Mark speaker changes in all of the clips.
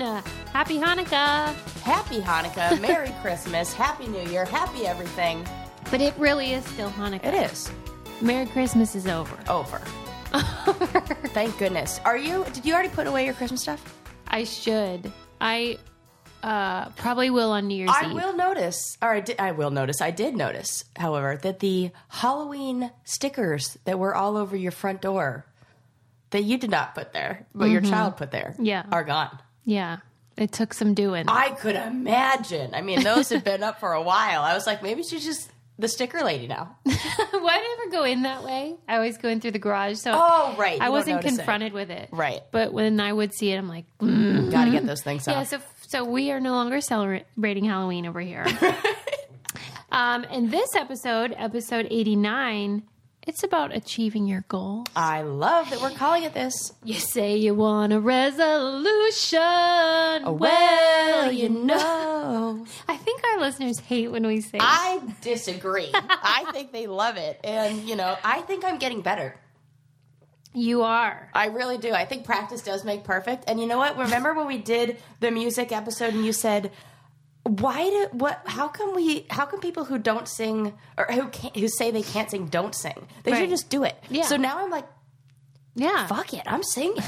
Speaker 1: Happy Hanukkah!
Speaker 2: Happy Hanukkah, Merry Christmas, Happy New Year, Happy everything.
Speaker 1: But it really is still Hanukkah.
Speaker 2: It is Oh.
Speaker 1: Merry Christmas is over.
Speaker 2: over. Thank goodness. Are you? Did you already put away your Christmas stuff?
Speaker 1: I should. I uh, probably will on New Year's
Speaker 2: I
Speaker 1: Eve.
Speaker 2: will notice, or I, did, I will notice. I did notice, however, that the Halloween stickers that were all over your front door that you did not put there, but your child put there,
Speaker 1: Yeah.
Speaker 2: are gone.
Speaker 1: Yeah, it took some doing.
Speaker 2: I could imagine. I mean, those have been up for a while. I was like, maybe she's just the sticker lady now.
Speaker 1: Why do I ever go in that way? I always go in through the garage. So
Speaker 2: Oh, right. You
Speaker 1: I
Speaker 2: don't
Speaker 1: wasn't
Speaker 2: notice it.
Speaker 1: confronted with it.
Speaker 2: Right.
Speaker 1: But when I would see it, I'm like,
Speaker 2: Got to get those things out.
Speaker 1: Yeah, so so we are no longer celebrating Halloween over here. um, and this episode, episode eighty nine, it's about achieving your goals.
Speaker 2: I love that we're calling it this.
Speaker 1: You say you want a resolution. well, you know.
Speaker 2: know.
Speaker 1: I think our listeners hate when we say.
Speaker 2: I disagree. I think they love it. And, you know, I think I'm getting better.
Speaker 1: you are.
Speaker 2: I really do. I think practice does make perfect. And you know what? Remember when we did the music episode and you said, why do what how come we how come people who don't sing or who can't who say they can't sing don't sing they
Speaker 1: Right.
Speaker 2: should just do it
Speaker 1: Yeah.
Speaker 2: so now i'm like
Speaker 1: Yeah.
Speaker 2: fuck it i'm singing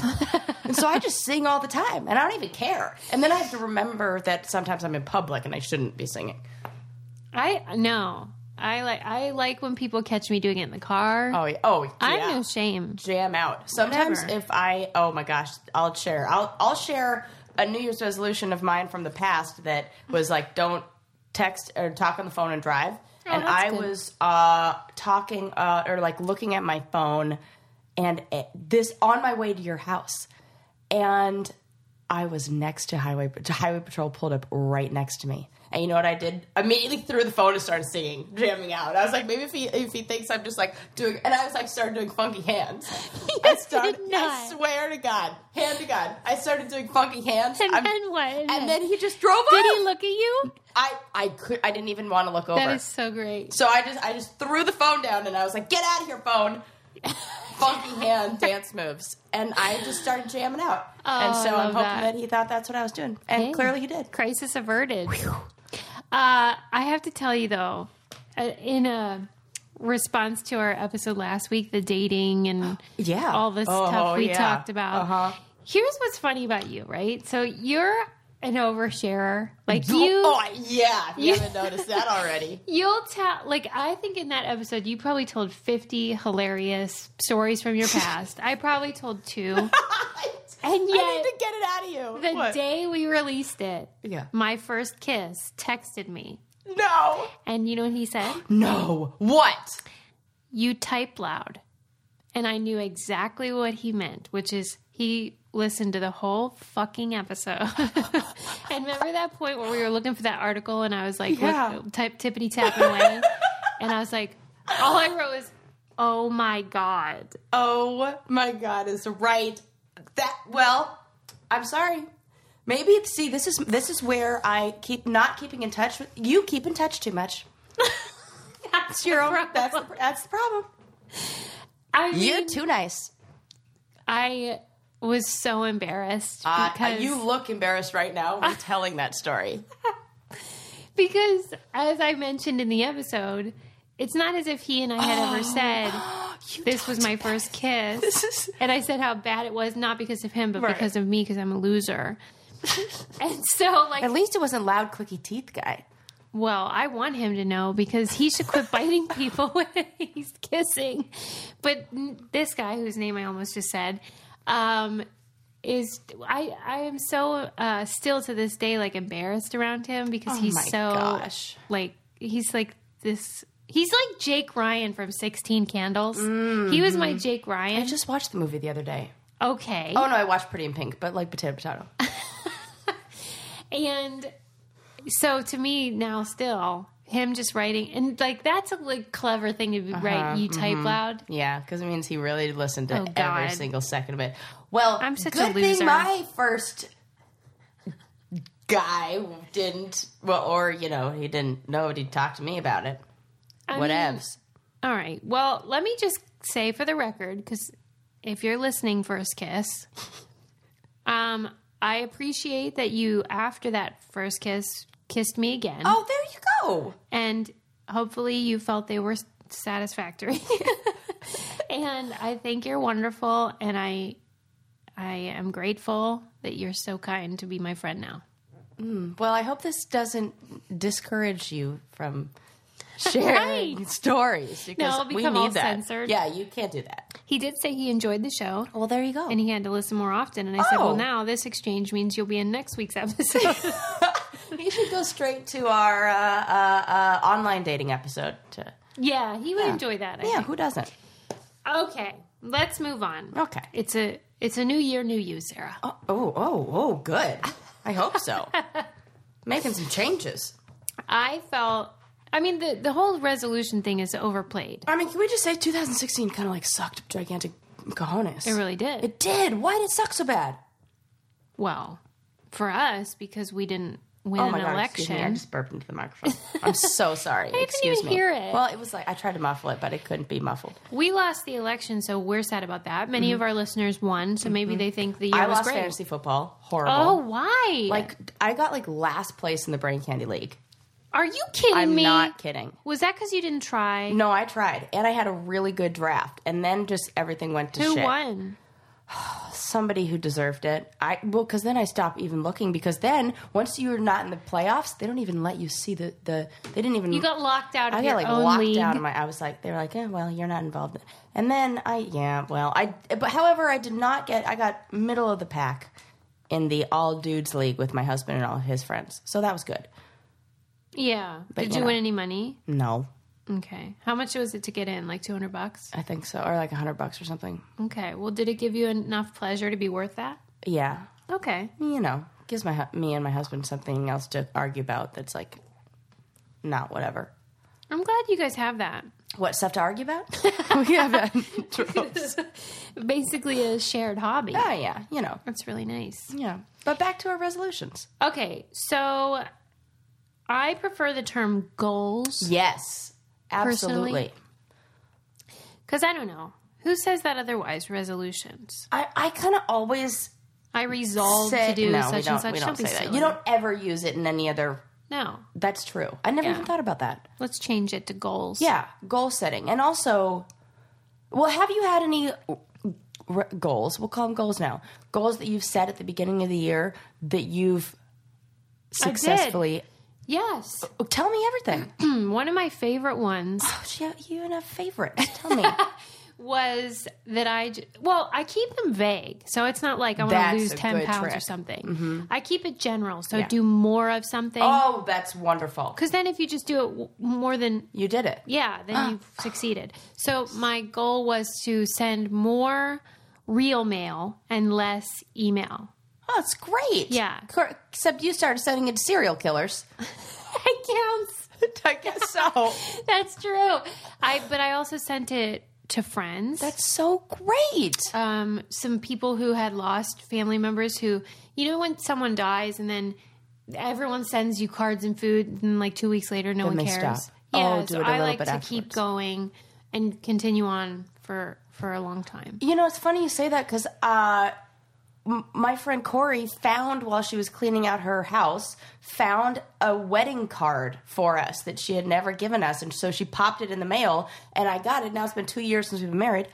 Speaker 2: and so i just sing all the time and i don't even care and then i have to remember that sometimes i'm in public and i shouldn't be singing
Speaker 1: I no. I like I like when people catch me doing it in the car.
Speaker 2: oh yeah oh yeah.
Speaker 1: I have no shame.
Speaker 2: jam out. Sometimes
Speaker 1: Whatever.
Speaker 2: if I oh my gosh, I'll share. I'll I'll share a New Year's resolution of mine from the past that was like don't text or talk on the phone and drive. and
Speaker 1: Oh, that's
Speaker 2: I
Speaker 1: good.
Speaker 2: was uh talking uh or like looking at my phone and it, this on my way to your house. And I was next to highway to highway patrol pulled up right next to me. And you know what I did? Immediately threw the phone and started singing, jamming out. I was like, maybe if he if he thinks I'm just like doing, and I was like, started doing funky hands. I started. I
Speaker 1: did not.
Speaker 2: swear to God, hand to God, I started doing funky hands.
Speaker 1: And
Speaker 2: I'm-
Speaker 1: then what?
Speaker 2: And then he just drove
Speaker 1: did
Speaker 2: off.
Speaker 1: he look at you?
Speaker 2: I I could I didn't even want to look over.
Speaker 1: That is so great.
Speaker 2: so I just I just threw the phone down and I was like, get out of here, phone. funky hand dance moves, and I just started jamming out. and
Speaker 1: Oh, I
Speaker 2: so
Speaker 1: love
Speaker 2: I'm hoping
Speaker 1: that.
Speaker 2: that. he thought that's what I was doing, and
Speaker 1: Hey.
Speaker 2: clearly he did.
Speaker 1: crisis averted. Uh, I have to tell you though, uh, in a response to our episode last week, the dating and
Speaker 2: Yeah.
Speaker 1: all this
Speaker 2: Oh,
Speaker 1: stuff we
Speaker 2: yeah.
Speaker 1: talked about.
Speaker 2: Uh-huh.
Speaker 1: Here's what's funny about you, right? So you're an oversharer. Like you,
Speaker 2: Oh yeah, if you
Speaker 1: You-
Speaker 2: haven't noticed that already.
Speaker 1: you'll tell. Like I think in that episode, you probably told 50 hilarious stories from your past. I probably told two, and
Speaker 2: I
Speaker 1: yet
Speaker 2: need to get it out of you.
Speaker 1: the
Speaker 2: What?
Speaker 1: day we released it,
Speaker 2: Yeah.
Speaker 1: my first kiss texted me.
Speaker 2: No.
Speaker 1: And you know what he said?
Speaker 2: No. What?
Speaker 1: you type loud. And I knew exactly what he meant, which is he listened to the whole fucking episode. and remember that point where we were looking for that article and I was like,
Speaker 2: Yeah.
Speaker 1: look, type tippity tapping away. and I was like, all I wrote was, oh my God.
Speaker 2: Oh my god, is right. That well, I'm sorry. Maybe it's- see this is this is where I keep not keeping in touch with you keep in touch too much.
Speaker 1: That's
Speaker 2: Your own, that's the, that's the problem.
Speaker 1: I, mean,
Speaker 2: You're too nice.
Speaker 1: I was so embarrassed
Speaker 2: Uh,
Speaker 1: because
Speaker 2: you look embarrassed right now when telling that story.
Speaker 1: because as I mentioned in the episode, it's not as if he and I had ever said this was my first kiss.
Speaker 2: This is
Speaker 1: And I said how bad it was, not because of him, but
Speaker 2: Right.
Speaker 1: because of me, because I'm a loser. and so, like,
Speaker 2: at least it wasn't loud clicky teeth guy.
Speaker 1: well, I want him to know because he should quit biting people when he's kissing. But n- this guy, whose name I almost just said, um, is I I am so uh, still to this day like embarrassed around him because he's
Speaker 2: Oh my
Speaker 1: so
Speaker 2: gosh.
Speaker 1: like he's like this. He's like Jake Ryan from Sixteen Candles.
Speaker 2: Mm-hmm.
Speaker 1: He was my Jake
Speaker 2: I
Speaker 1: Ryan.
Speaker 2: just watched the movie the other day.
Speaker 1: Okay.
Speaker 2: Oh no, I watched Pretty in Pink, but like potato potato.
Speaker 1: And so to me now still him just writing and like that's a like clever thing to write you type loud.
Speaker 2: yeah, because it means he really listened to
Speaker 1: Oh,
Speaker 2: every
Speaker 1: God.
Speaker 2: single second of it. Well,
Speaker 1: I'm such a
Speaker 2: good
Speaker 1: loser.
Speaker 2: thing my first guy didn't. Well, or you know, he didn't. Nobody talked to me about it.
Speaker 1: I mean,
Speaker 2: Whatevs.
Speaker 1: all right. Well, let me just say for the record cuz if you're listening first kiss um I appreciate that you, after that first kiss, kissed me again.
Speaker 2: Oh, there you go.
Speaker 1: And hopefully you felt they were satisfactory. and I think you're wonderful. And I, I am grateful that you're so kind to be my friend now.
Speaker 2: Well, I hope this doesn't discourage you from sharing stories. because
Speaker 1: it'll
Speaker 2: we
Speaker 1: become
Speaker 2: need
Speaker 1: all
Speaker 2: that.
Speaker 1: censored.
Speaker 2: Yeah, you can't do that.
Speaker 1: He did say he enjoyed the show.
Speaker 2: Well, there you go.
Speaker 1: And he had to listen more often. And I said,
Speaker 2: Oh.
Speaker 1: well, now this exchange means you'll be in next week's episode.
Speaker 2: you should go straight to our uh, uh, uh, online dating episode. To,
Speaker 1: yeah, he would enjoy that. I
Speaker 2: yeah,
Speaker 1: think.
Speaker 2: who doesn't?
Speaker 1: Okay, let's move on.
Speaker 2: Okay.
Speaker 1: It's a it's a new year, new you, Sarah.
Speaker 2: Oh, oh, oh, oh good. I hope so. Making some changes.
Speaker 1: I felt. I mean, the the whole resolution thing is overplayed.
Speaker 2: I mean, can we just say 2016 kind of like sucked gigantic cojones?
Speaker 1: It really did.
Speaker 2: It did. Why did it suck so bad?
Speaker 1: well, for us because we didn't win an
Speaker 2: Oh excuse me. I
Speaker 1: election.
Speaker 2: just burped into the microphone. I'm so sorry. excuse
Speaker 1: even
Speaker 2: me.
Speaker 1: hear it.
Speaker 2: Well, it was like I tried to muffle it, but it couldn't be muffled.
Speaker 1: we lost the election, so we're sad about that. Many of our listeners won, so maybe they think the year
Speaker 2: Mm-hmm. I
Speaker 1: was
Speaker 2: lost
Speaker 1: great.
Speaker 2: fantasy football. Horrible.
Speaker 1: Oh, why?
Speaker 2: Like I got like last place in the Brain Candy League.
Speaker 1: are you kidding
Speaker 2: I'm
Speaker 1: me?
Speaker 2: not Mm, kidding.
Speaker 1: Was that because you didn't try?
Speaker 2: No, I tried, and I had a really good draft, and then just everything went to
Speaker 1: Who
Speaker 2: shit.
Speaker 1: won?
Speaker 2: Somebody who deserved it. I well, because then I stopped even looking. Because then once you're not in the playoffs, they don't even let you see the the. They didn't even
Speaker 1: You got locked out of
Speaker 2: I
Speaker 1: your
Speaker 2: got like
Speaker 1: own
Speaker 2: locked
Speaker 1: league.
Speaker 2: out of my. I was like, they were like, eh, well, you're not involved. And then I, yeah, well, I. But however, I did not get. I got middle of the pack in the all dudes league with my husband and all his friends, so that was good.
Speaker 1: Yeah. Did
Speaker 2: you
Speaker 1: you
Speaker 2: know.
Speaker 1: win any money?
Speaker 2: No,
Speaker 1: Okay. How much was it to get in? Like 200 bucks?
Speaker 2: I think so, or like a hundred bucks or something.
Speaker 1: Okay. Well, did it give you enough pleasure to be worth that?
Speaker 2: Yeah,
Speaker 1: Okay.
Speaker 2: you know, gives my hu- me and my husband something else to argue about. That's like, not whatever.
Speaker 1: I'm glad you guys have that.
Speaker 2: What stuff to argue about? we have that.
Speaker 1: Basically, a shared hobby.
Speaker 2: oh yeah, you know,
Speaker 1: That's really nice.
Speaker 2: yeah. But back to our resolutions.
Speaker 1: Okay. So I prefer the term goals
Speaker 2: Yes, absolutely.
Speaker 1: Personally? because I don't know. Who says that otherwise? Resolutions.
Speaker 2: I, I kind of always
Speaker 1: I resolve
Speaker 2: say
Speaker 1: to do
Speaker 2: no, we
Speaker 1: such
Speaker 2: don't,
Speaker 1: and such.
Speaker 2: we don't
Speaker 1: be
Speaker 2: say that.
Speaker 1: silly.
Speaker 2: You don't ever use it in any other.
Speaker 1: No.
Speaker 2: That's true. I never
Speaker 1: Yeah.
Speaker 2: even thought about that.
Speaker 1: Let's change it to goals.
Speaker 2: Yeah, goal setting, and also, well, have you had any r- goals? We'll call them goals now. Goals that you've set at the beginning of the year that you've
Speaker 1: I did.
Speaker 2: successfully.
Speaker 1: Yes. Hmm,
Speaker 2: Oh, Tell me everything.
Speaker 1: One of my favorite ones
Speaker 2: oh, she, you and a favorite. Tell me.
Speaker 1: was that I j- well I keep them vague, so it's not like I want to
Speaker 2: That's
Speaker 1: lose
Speaker 2: a
Speaker 1: ten
Speaker 2: good
Speaker 1: pounds or
Speaker 2: trick. Mm-hmm.
Speaker 1: something. I keep it general, so do more of something.
Speaker 2: oh, that's wonderful.
Speaker 1: Because then, if you just do it w- more than
Speaker 2: You did it.
Speaker 1: yeah, then
Speaker 2: Ah.
Speaker 1: you've succeeded. So my goal was to send more real mail and less email.
Speaker 2: Oh, it's great.
Speaker 1: Yeah.
Speaker 2: Cor- Except you started sending it to serial killers.
Speaker 1: That counts.
Speaker 2: I guess so.
Speaker 1: That's true. I but I also sent it to friends.
Speaker 2: That's so great.
Speaker 1: um, some people who had lost family members who, you know, when someone dies and then everyone sends you cards and food, and like two weeks later, no one
Speaker 2: they
Speaker 1: cares.
Speaker 2: stop.
Speaker 1: Yeah,
Speaker 2: Oh, do
Speaker 1: so
Speaker 2: it a
Speaker 1: I
Speaker 2: little
Speaker 1: like
Speaker 2: bit
Speaker 1: to keep
Speaker 2: afterwards.
Speaker 1: going and continue on for for a long time.
Speaker 2: You know, it's funny you say that because uh, m- my friend Corey found while she was cleaning out her house, found a wedding card for us that she had never given us, and so she popped it in the mail, and I got it. Now it's been two years since we've been married.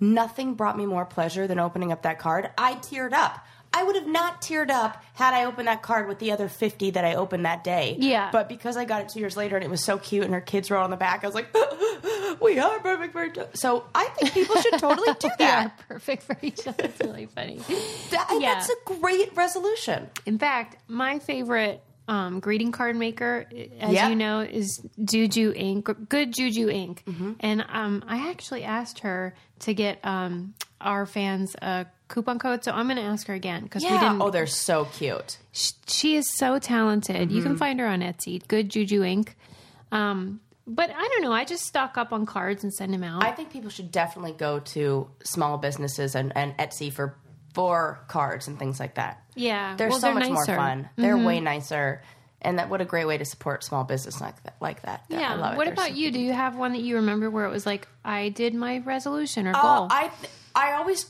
Speaker 2: Nothing brought me more pleasure than opening up that card. I teared up. I would have not teared up had I opened that card with the other 50 that I opened that day.
Speaker 1: Yeah.
Speaker 2: But because I got it two years later and it was so cute and her kids were on the back, I was like, we are perfect for each other. So I think people should totally do
Speaker 1: They
Speaker 2: that.
Speaker 1: are perfect for each other. It's really funny.
Speaker 2: That,
Speaker 1: Yeah.
Speaker 2: That's a great resolution.
Speaker 1: In fact, my favorite um, greeting card maker, as
Speaker 2: Yeah.
Speaker 1: you know, is Juju Inc. Good Juju Inc.
Speaker 2: Mm-hmm.
Speaker 1: And um, I actually asked her to get um, our fans a coupon code, so I'm going to ask her again because we didn't.
Speaker 2: Oh, they're so cute.
Speaker 1: sh- she is so talented. You
Speaker 2: Mm-hmm.
Speaker 1: can find her on Etsy. Good Juju Inc. Um, but I don't know. I just stock up on cards and send them out.
Speaker 2: I think people should definitely go to small businesses and, and Etsy for for cards and things like that.
Speaker 1: yeah,
Speaker 2: They're
Speaker 1: well,
Speaker 2: so much more
Speaker 1: nicer. Mm-hmm.
Speaker 2: fun. They're way nicer. And that what a great way to support small business like that. Like that. I
Speaker 1: Yeah.
Speaker 2: love it.
Speaker 1: What
Speaker 2: They're
Speaker 1: about
Speaker 2: so-
Speaker 1: you? Do you
Speaker 2: Oh,
Speaker 1: Oh. have one that you remember where it was like, I did my resolution or goal?
Speaker 2: Uh, I I always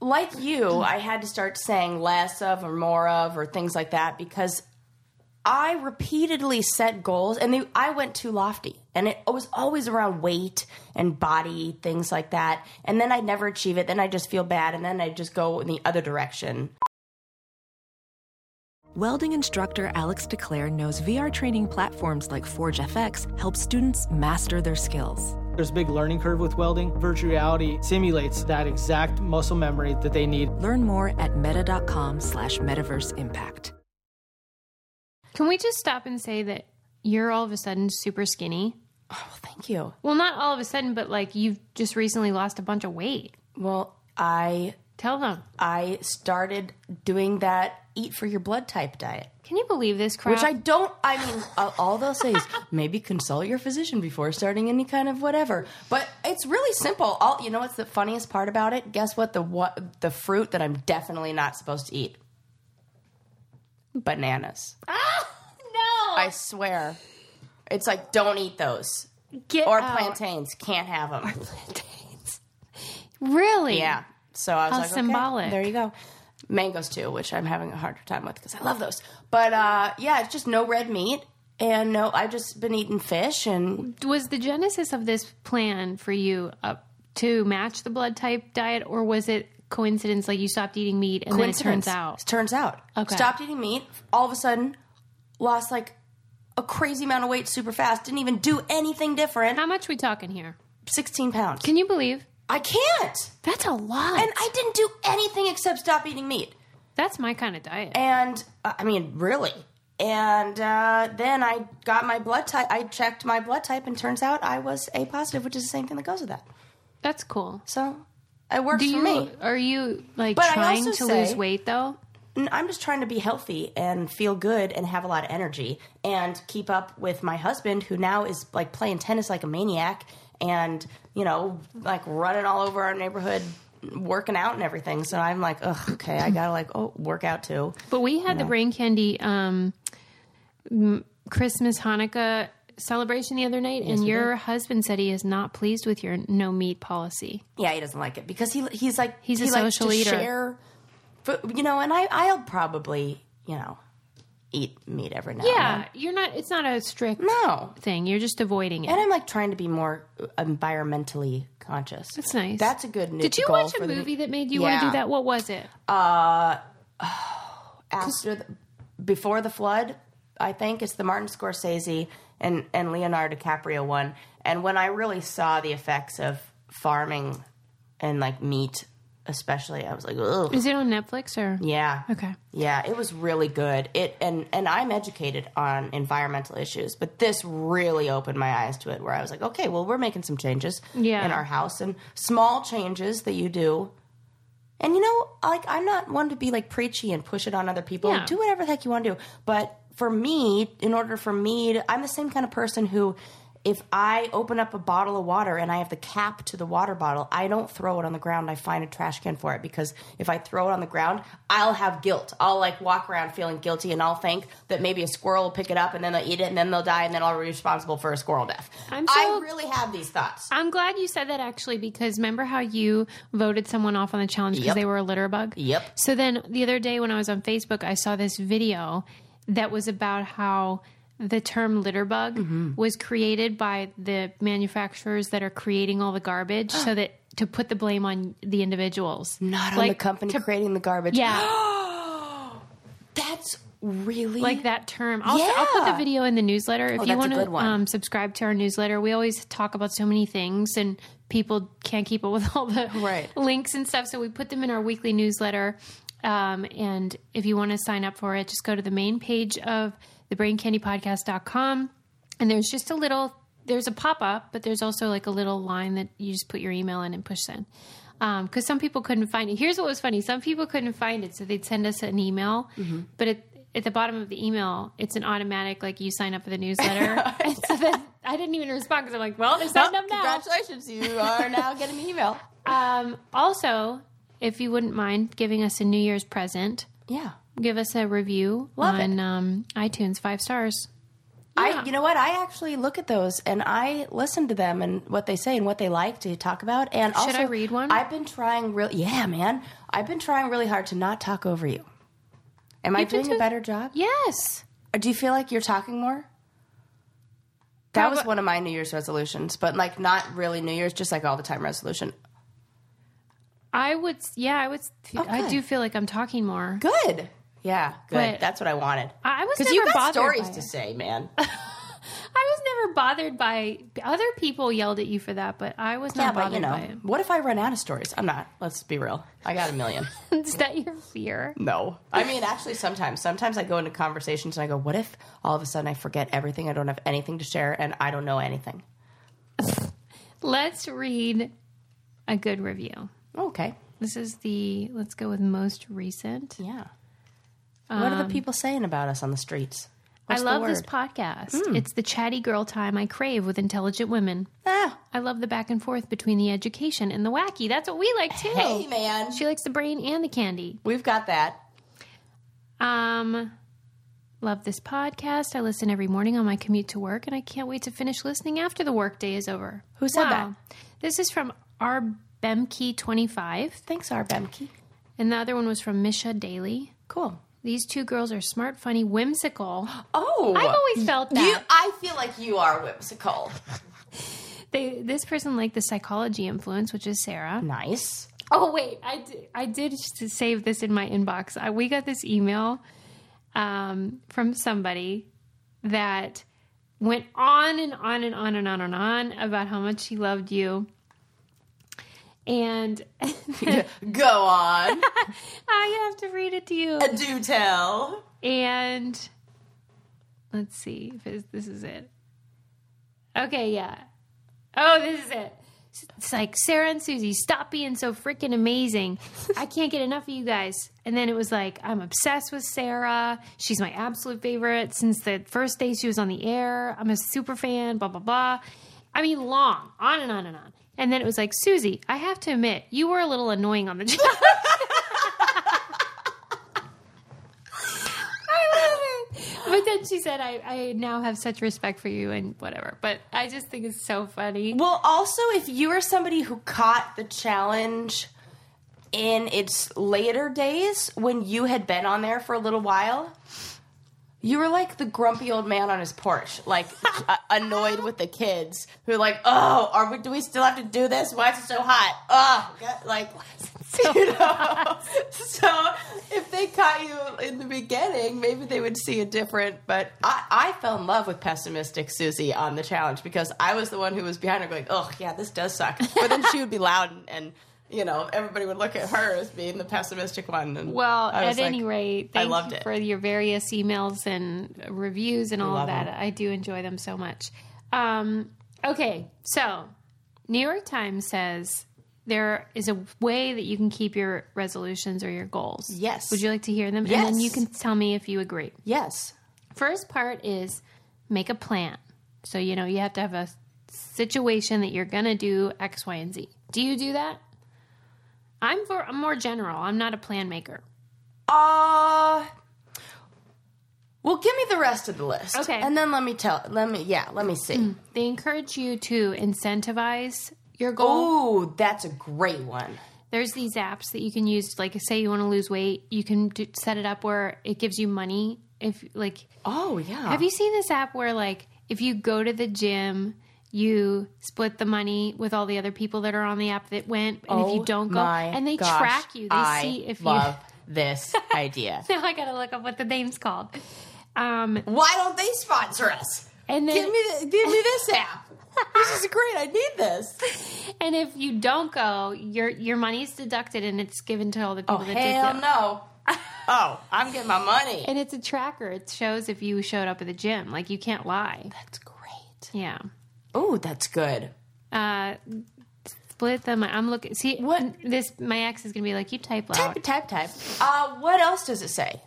Speaker 2: like you, I had to start saying less of or more of or things like that because I repeatedly set goals and they, I went too lofty. And it was always around weight and body, things like that. And then I never achieve it. Then I just feel bad. And then I just go in the other direction.
Speaker 3: Welding instructor Alex DeClaire knows VR training platforms like Forge FX help students master their skills.
Speaker 4: There's a big learning curve with welding. Virtual reality simulates that exact muscle memory that they need.
Speaker 3: Learn more at meta.com slash metaverse impact.
Speaker 1: Can we just stop and say that you're all of a sudden super skinny?
Speaker 2: Oh, well, thank you.
Speaker 1: Well, not all of a sudden, but like you've just recently lost a bunch of weight.
Speaker 2: Well, I
Speaker 1: Tell them.
Speaker 2: I started doing that eat for your blood type diet.
Speaker 1: Can you believe this crap?
Speaker 2: Which I don't. I mean, uh, all they'll say is maybe consult your physician before starting any kind of whatever. But it's really simple. All you know, what's the funniest part about it? Guess what? The what the fruit that I'm definitely not supposed to eat. Bananas.
Speaker 1: Ah, no.
Speaker 2: I swear. It's like don't eat those
Speaker 1: Get
Speaker 2: or
Speaker 1: out.
Speaker 2: plantains. Can't have them.
Speaker 1: Really?
Speaker 2: Yeah. So I was
Speaker 1: How
Speaker 2: like, okay,
Speaker 1: symbolic.
Speaker 2: there you go. Mangoes too, which I'm having a harder time with because I love those. But uh, yeah, it's just no red meat and no. I've just been eating fish and
Speaker 1: Was the genesis of this plan for you up to match the blood type diet, or was it coincidence? Like you stopped eating meat, and then it turns
Speaker 2: coincidence.
Speaker 1: out
Speaker 2: It turns out.
Speaker 1: Okay.
Speaker 2: Stopped eating meat. All of a sudden, lost like a crazy amount of weight super fast. Didn't even do anything different.
Speaker 1: how much we talking here?
Speaker 2: 16 pounds.
Speaker 1: Can you believe?
Speaker 2: I can't.
Speaker 1: That's a lot.
Speaker 2: And I didn't do anything except stop eating meat.
Speaker 1: That's my kind of diet.
Speaker 2: and uh, I mean, really. And uh, then I got my blood type. I checked my blood type, and turns out I was A positive, which is the same thing that goes with that.
Speaker 1: That's cool.
Speaker 2: So it works
Speaker 1: Do
Speaker 2: for
Speaker 1: you
Speaker 2: me.
Speaker 1: are you like
Speaker 2: But I
Speaker 1: trying to
Speaker 2: also
Speaker 1: lose
Speaker 2: say-
Speaker 1: weight though?
Speaker 2: And I'm just trying to be healthy and feel good and have a lot of energy and keep up with my husband, who now is like playing tennis like a maniac and you know like running all over our neighborhood, working out and everything. So I'm like, Ugh, okay, I gotta like oh work out too.
Speaker 1: But we had the brain candy um, m- Christmas Hanukkah celebration the other night, and your husband said he is not pleased with your no meat policy.
Speaker 2: Yeah, he doesn't like it because he he's like
Speaker 1: He's a
Speaker 2: he likes
Speaker 1: social
Speaker 2: to
Speaker 1: eater.
Speaker 2: Share, food, you know, and I I'll probably you know eat meat every now.
Speaker 1: Yeah, you're not. It's not a strict
Speaker 2: and then. no,
Speaker 1: thing. You're just avoiding it.
Speaker 2: and I'm like trying to be more uh, environmentally conscious.
Speaker 1: That's nice.
Speaker 2: That's a good. new
Speaker 1: Did you
Speaker 2: goal
Speaker 1: watch
Speaker 2: for
Speaker 1: a
Speaker 2: the-
Speaker 1: movie that made you want to do
Speaker 2: Yeah.
Speaker 1: that? What was it?
Speaker 2: after the, before the flood? I think it's the Martin Scorsese and and Leonardo DiCaprio one. And when I really saw the effects of farming and like meat, especially, I was like, ugh.
Speaker 1: Is it on Netflix or?
Speaker 2: Yeah.
Speaker 1: Okay.
Speaker 2: Yeah, it was really good. It and and I'm educated on environmental issues, but this really opened my eyes to it where I was like, okay, well, we're making some changes
Speaker 1: Yeah.
Speaker 2: in our house and small changes that you do. And you know, like I'm not one to be like preachy and push it on other people.
Speaker 1: Yeah.
Speaker 2: Do whatever the heck you want to do. But for me, in order for me, to, I'm the same kind of person who if I open up a bottle of water and I have the cap to the water bottle, I don't throw it on the ground. I find a trash can for it because if I throw it on the ground, I'll have guilt. I'll like walk around feeling guilty and I'll think that maybe a squirrel will pick it up and then they'll eat it and then they'll die and then I'll be responsible for a squirrel death.
Speaker 1: I'm
Speaker 2: I
Speaker 1: so-
Speaker 2: really have these thoughts.
Speaker 1: I'm glad you said that actually because remember how you voted someone off on the challenge because
Speaker 2: Yep.
Speaker 1: they were a litter bug?
Speaker 2: Yep.
Speaker 1: So then the other day when I was on Facebook, I saw this video that was about how the term litter bug
Speaker 2: Mm-hmm.
Speaker 1: was created by the manufacturers that are creating all the garbage so that to put the blame on the individuals.
Speaker 2: Not on
Speaker 1: Like,
Speaker 2: the company creating the garbage.
Speaker 1: Yeah,
Speaker 2: That's really
Speaker 1: like that term. I'll, I'll put the
Speaker 2: Yeah. Oh,
Speaker 1: video in the newsletter if you
Speaker 2: that's a
Speaker 1: want
Speaker 2: good
Speaker 1: to
Speaker 2: one.
Speaker 1: um, subscribe to our newsletter. We always talk about so many things, and people can't keep up with all the
Speaker 2: Right.
Speaker 1: links and stuff. So we put them in our weekly newsletter. Um, and if you want to sign up for it, just go to the main page of thebraincandypodcast.com. And there's just a little, there's a pop up, but there's also like a little line that you just put your email in and push send. Because some people couldn't find it. Here's what was funny some people couldn't find it. So they'd send us an email, but at, at the bottom of the email, it's an automatic, like you sign up for the newsletter. and so then I didn't even respond because I'm like, well, they signed up now.
Speaker 2: Congratulations, you are now getting an email.
Speaker 1: Um, also, if you wouldn't mind giving us a New Year's present,
Speaker 2: Yeah.
Speaker 1: give us a review
Speaker 2: Love
Speaker 1: on um, iTunes, five stars.
Speaker 2: I, you know what? I actually look at those and I listen to them and what they say and what they like to talk about. And
Speaker 1: Should
Speaker 2: also,
Speaker 1: I read one?
Speaker 2: I've been trying real. Yeah, man. I've been trying really hard to not talk over you. Am I
Speaker 1: You've been
Speaker 2: doing a
Speaker 1: too-
Speaker 2: better job?
Speaker 1: Yes.
Speaker 2: Or do you feel like you're talking more? That was one of my New Year's resolutions, but like not really New Year's, just like all the time resolution.
Speaker 1: I would, yeah, I would, I
Speaker 2: good.
Speaker 1: do feel like I'm talking more.
Speaker 2: Good. Yeah, good.
Speaker 1: But-
Speaker 2: That's what I wanted.
Speaker 1: I- I was
Speaker 2: you
Speaker 1: never
Speaker 2: got
Speaker 1: bothered
Speaker 2: stories
Speaker 1: by
Speaker 2: to
Speaker 1: it.
Speaker 2: say, man.
Speaker 1: I was never bothered by other people yelled at you for that, but I was
Speaker 2: yeah,
Speaker 1: not
Speaker 2: but
Speaker 1: bothered
Speaker 2: you
Speaker 1: by
Speaker 2: know,
Speaker 1: it.
Speaker 2: what if I run out of stories? I'm not. Let's be real. I got a million.
Speaker 1: Is that your fear?
Speaker 2: No. I mean, actually, sometimes. Sometimes I go into conversations and I go, what if all of a sudden I forget everything? I don't have anything to share and I don't know anything.
Speaker 1: Let's read a good review.
Speaker 2: Okay.
Speaker 1: This is the, let's go with most recent.
Speaker 2: Yeah. what are the people saying about us on the streets? What's
Speaker 1: Um, I
Speaker 2: the
Speaker 1: love this
Speaker 2: word? Hmm.
Speaker 1: podcast. It's the chatty girl time I crave with intelligent women.
Speaker 2: Ah,
Speaker 1: I love the back and forth between the education and the wacky. That's what we like too.
Speaker 2: hey, man.
Speaker 1: She likes the brain and the candy.
Speaker 2: We've got that.
Speaker 1: Um, love this podcast. I listen every morning on my commute to work, and I can't wait to finish listening after the workday is over.
Speaker 2: Who said
Speaker 1: that? This is from R. Bemke25,
Speaker 2: Thanks, R. Bemke.
Speaker 1: and the other one was from Misha Daly.
Speaker 2: Cool.
Speaker 1: These two girls are smart, funny, whimsical.
Speaker 2: Oh.
Speaker 1: I've always felt that.
Speaker 2: You, I feel like you are whimsical.
Speaker 1: They, this person liked the psychology influence, which is Sarah.
Speaker 2: Nice.
Speaker 1: Oh wait, I did, I did just save this in my inbox. I, we got this email um, from somebody that went on and on and on and on and on about how much she loved you. And
Speaker 2: Go on.
Speaker 1: I have to read it to you.
Speaker 2: Do tell.
Speaker 1: And let's see if it's, this is it. Okay, yeah. Oh, this is it. It's like Sarah and Susie, stop being so freaking amazing. I can't get enough of you guys. And then it was like, I'm obsessed with Sarah. She's my absolute favorite since the first day she was on the air. I'm a super fan, blah, blah, blah. I mean, long, on and on and on. And then it was like, Susie, I have to admit, you were a little annoying on the job. I love it. But then she said, I, I now have such respect for you and whatever. But I just think it's so funny.
Speaker 2: Well, also, if you are somebody who caught the challenge in its later days when you had been on there for a little while, you were like the grumpy old man on his porch, like uh, annoyed with the kids who are like, "Oh, are we? Do we still have to do this? Why is it so hot? Oh, God," like." you know, so if they caught you in the beginning, maybe they would see a different. But I, I fell in love with pessimistic Susie on the challenge because I was the one who was behind her going, "Oh yeah, this does suck." But then she would be loud and, and you know everybody would look at her as being the pessimistic one. And
Speaker 1: Well,
Speaker 2: I
Speaker 1: at
Speaker 2: was like,
Speaker 1: any rate, thank
Speaker 2: loved
Speaker 1: you
Speaker 2: it.
Speaker 1: for your various emails and reviews and all of
Speaker 2: love
Speaker 1: that. I do enjoy them so much. Um, okay, so New York Times says there is a way that you can keep your resolutions or your goals.
Speaker 2: Yes.
Speaker 1: Would you like to hear them? And then you
Speaker 2: Yes.
Speaker 1: can tell me if you agree.
Speaker 2: yes,
Speaker 1: First part is make a plan. So, you know, you have to have a situation that you're going to do X, Y, and Z. Do you do that? I'm for I'm more general. I'm not a plan maker.
Speaker 2: Uh well, give me the rest of the list,
Speaker 1: Okay. Mm.
Speaker 2: and then let me tell. Let me, yeah, let me see.
Speaker 1: They encourage you to incentivize your goal.
Speaker 2: Oh, that's a great one.
Speaker 1: There's these apps that you can use. Like, say you want to lose weight, you can do, set it up where it gives you money. If like,
Speaker 2: Oh yeah,
Speaker 1: have you seen this app where like if you go to the gym, you split the money with all the other people that are on the app that went, and if you don't go,
Speaker 2: Oh my
Speaker 1: and they
Speaker 2: gosh,
Speaker 1: track you. They
Speaker 2: I
Speaker 1: see if
Speaker 2: love this idea.
Speaker 1: you. Now I gotta look up what the name's called. Um,
Speaker 2: Why don't they sponsor us?
Speaker 1: and then
Speaker 2: Give me, the, give me this app. this is great. I need this.
Speaker 1: and if you don't go, your your money's deducted and it's given to all the people that did
Speaker 2: Oh, Hell
Speaker 1: go.
Speaker 2: no. Oh, I'm getting my money.
Speaker 1: And it's a tracker. It shows if you showed up at the gym. Like you can't lie.
Speaker 2: That's great.
Speaker 1: Yeah.
Speaker 2: Oh, that's good.
Speaker 1: Uh, split them. I'm looking. See what this? My ex is gonna be like. You type loud.
Speaker 2: Type, type, type. Uh, what else does it say?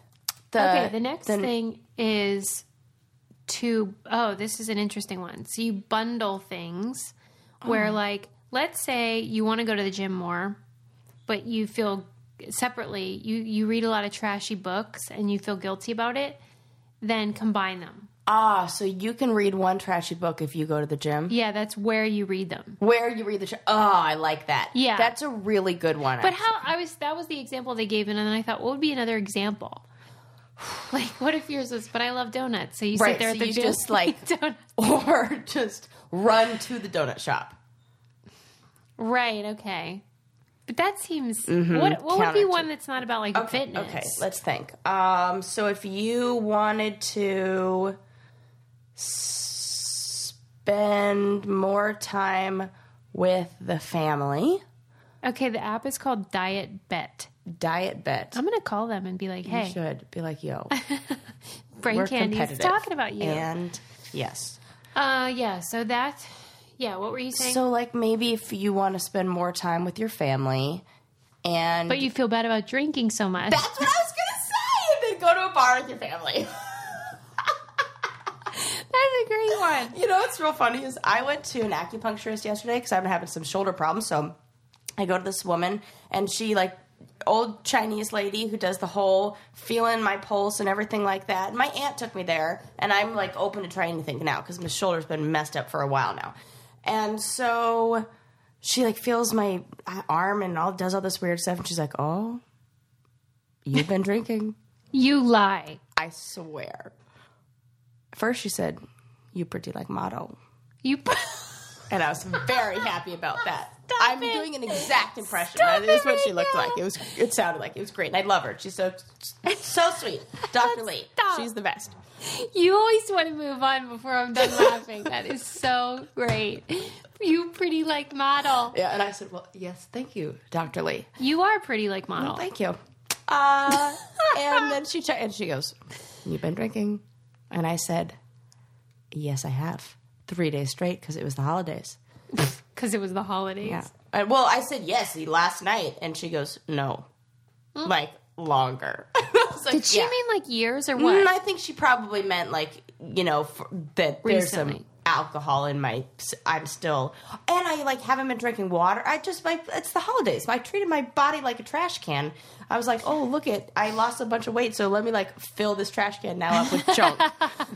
Speaker 2: Uh,
Speaker 1: okay. The next thing is to. Oh, this is an interesting one. So you bundle things
Speaker 2: Oh.
Speaker 1: where, like, let's say you want to go to the gym more, but you feel separately. You you read a lot of trashy books and you feel guilty about it. Then combine them.
Speaker 2: Ah, so you can read one trashy book if you go to the gym.
Speaker 1: Yeah, that's where you read them.
Speaker 2: Where you read the tra- oh, I like that.
Speaker 1: Yeah.
Speaker 2: that's a really good one.
Speaker 1: But how I was that was the example they gave, and then I thought, what would be another example? Like, what if yours was? But I love donuts, so you
Speaker 2: Right,
Speaker 1: sit there
Speaker 2: so
Speaker 1: at the
Speaker 2: you
Speaker 1: gym
Speaker 2: just, like-
Speaker 1: eat donuts.
Speaker 2: or just run to the donut shop.
Speaker 1: right, okay. But that seems
Speaker 2: Mm-hmm.
Speaker 1: what what would be
Speaker 2: counterintuitive.
Speaker 1: one that's not about like fitness?
Speaker 2: Okay, let's think. Um, so if you wanted to spend more time with the family,
Speaker 1: Okay, the app is called Diet Bet.
Speaker 2: diet bet.
Speaker 1: I'm gonna call them and be like,
Speaker 2: You
Speaker 1: hey,
Speaker 2: should be like, yo,
Speaker 1: Brain
Speaker 2: we're
Speaker 1: Candy is
Speaker 2: competitive.
Speaker 1: talking about you.
Speaker 2: And yes.
Speaker 1: uh, yeah. So that, yeah. What were you saying?
Speaker 2: So like maybe if you want to spend more time with your family and
Speaker 1: but you feel bad about drinking so much.
Speaker 2: That's what I was gonna say. And then go to a bar with your family.
Speaker 1: That's a great one.
Speaker 2: You know what's real funny is I went to an acupuncturist yesterday because I've been having some shoulder problems. So I go to this woman and she like old Chinese lady who does the whole feeling my pulse and everything like that. And my aunt took me there and I'm like open to trying anything now because my shoulder's been messed up for a while now. And so she like feels my uh, arm and all does all this weird stuff and she's like, "Oh, you've been drinking."
Speaker 1: You lie.
Speaker 2: I swear. First, she said, "You pretty like motto,"
Speaker 1: You.
Speaker 2: and I was very happy about that. I'm
Speaker 1: it.
Speaker 2: doing an exact impression.
Speaker 1: Stop
Speaker 2: that is
Speaker 1: it
Speaker 2: what she
Speaker 1: right
Speaker 2: looked
Speaker 1: now.
Speaker 2: like. It was. It sounded like it was great, and I love her. She's so so sweet, Doctor Lee.
Speaker 1: Stop.
Speaker 2: She's the best.
Speaker 1: You always want to move on before I'm done laughing. That is so great. You pretty like model.
Speaker 2: Yeah, and I said, "Well, yes, thank you, Doctor Lee.
Speaker 1: You are pretty like model.
Speaker 2: Thank you." Uh, and then she ch- and she goes, "You've been drinking," and I said, "Yes, I have." Three days straight because it was the holidays.
Speaker 1: Because it was the holidays.
Speaker 2: Yeah. Uh, well, I said yes last night, and she goes no, like longer. I was like,
Speaker 1: Hmm? Did she
Speaker 2: yeah.
Speaker 1: mean like years or what?
Speaker 2: Mm, I think she probably meant like you know for, that there's some
Speaker 1: Recently.
Speaker 2: alcohol in my. I'm still, and I like haven't been drinking water. I just my it's the holidays. I treated my body like a trash can. I was like, oh look at I lost a bunch of weight, so let me like fill this trash can now up with junk.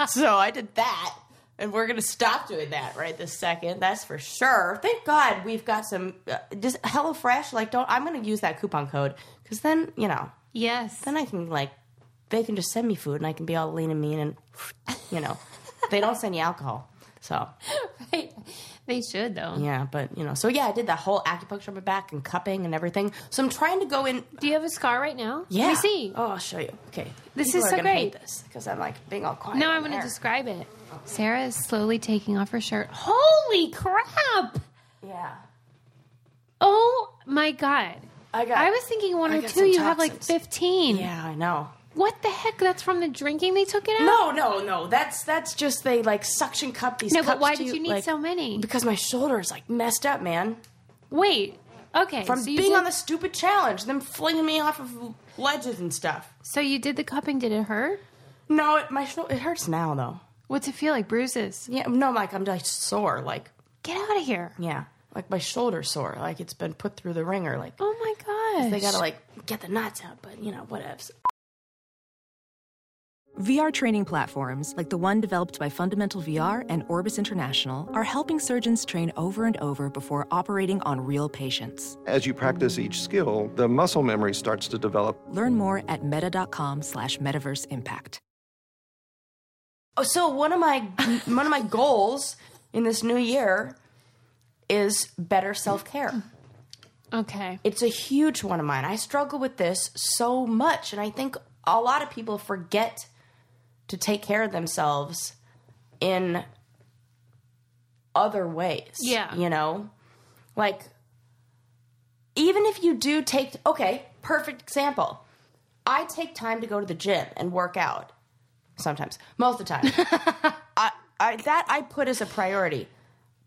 Speaker 2: so I did that. And we're gonna stop doing that right this second. That's for sure. Thank God we've got some uh, just HelloFresh. Like, don't I'm gonna use that coupon code because then you know
Speaker 1: yes.
Speaker 2: then I can like they can just send me food and I can be all lean and mean and you know they don't send you alcohol. So
Speaker 1: they should though.
Speaker 2: yeah, but you know, so yeah, I did that whole acupuncture on my back and cupping and everything. So I'm trying to go in.
Speaker 1: Do you have a scar right now?
Speaker 2: Yeah,
Speaker 1: Let me see.
Speaker 2: Oh, I'll show you. Okay,
Speaker 1: This
Speaker 2: People
Speaker 1: is
Speaker 2: are
Speaker 1: so
Speaker 2: gonna hate
Speaker 1: great.
Speaker 2: this because I'm like being all quiet.
Speaker 1: now
Speaker 2: on
Speaker 1: I want to
Speaker 2: air.
Speaker 1: describe it. Sarah is slowly taking off her shirt. Holy crap!
Speaker 2: yeah.
Speaker 1: Oh my god.
Speaker 2: I got.
Speaker 1: I was thinking one
Speaker 2: I
Speaker 1: or
Speaker 2: got
Speaker 1: two.
Speaker 2: some
Speaker 1: You have like
Speaker 2: toxins.
Speaker 1: 15.
Speaker 2: Yeah, I know.
Speaker 1: What the heck? That's from the drinking they took it out?
Speaker 2: No, no, no. That's that's just they like suction cup these.
Speaker 1: No, but
Speaker 2: cups
Speaker 1: why
Speaker 2: to
Speaker 1: did you need
Speaker 2: like-
Speaker 1: so many?
Speaker 2: Because my shoulder is like messed up, man.
Speaker 1: Wait. Okay.
Speaker 2: From
Speaker 1: so you
Speaker 2: being
Speaker 1: did,
Speaker 2: on the stupid challenge, them flinging me off of ledges and stuff.
Speaker 1: So you did the cupping. Did it hurt?
Speaker 2: No, it, my shoulder it hurts now though.
Speaker 1: What's it feel like? Bruises.
Speaker 2: Yeah, no, like I'm like sore, like
Speaker 1: Get out of here.
Speaker 2: yeah, like my shoulder sore, like it's been put through the ringer. Like
Speaker 1: Oh my gosh.
Speaker 2: they gotta like get the knots out, but you know whatevs.
Speaker 3: VR training platforms, like the one developed by Fundamental VR and Orbis International, are helping surgeons train over and over before operating on real patients.
Speaker 5: As you practice each skill, the muscle memory starts to develop.
Speaker 3: Learn more at meta.com slash metaverse impact.
Speaker 2: Oh, so one of my one of my goals in this new year is better self care.
Speaker 1: okay.
Speaker 2: It's a huge one of mine. I struggle with this so much, and I think a lot of people forget to take care of themselves in other ways.
Speaker 1: Yeah.
Speaker 2: You know? Like, even if you do take, okay, perfect example. I take time to go to the gym and work out sometimes, most of the time. I, I, that I put as a priority.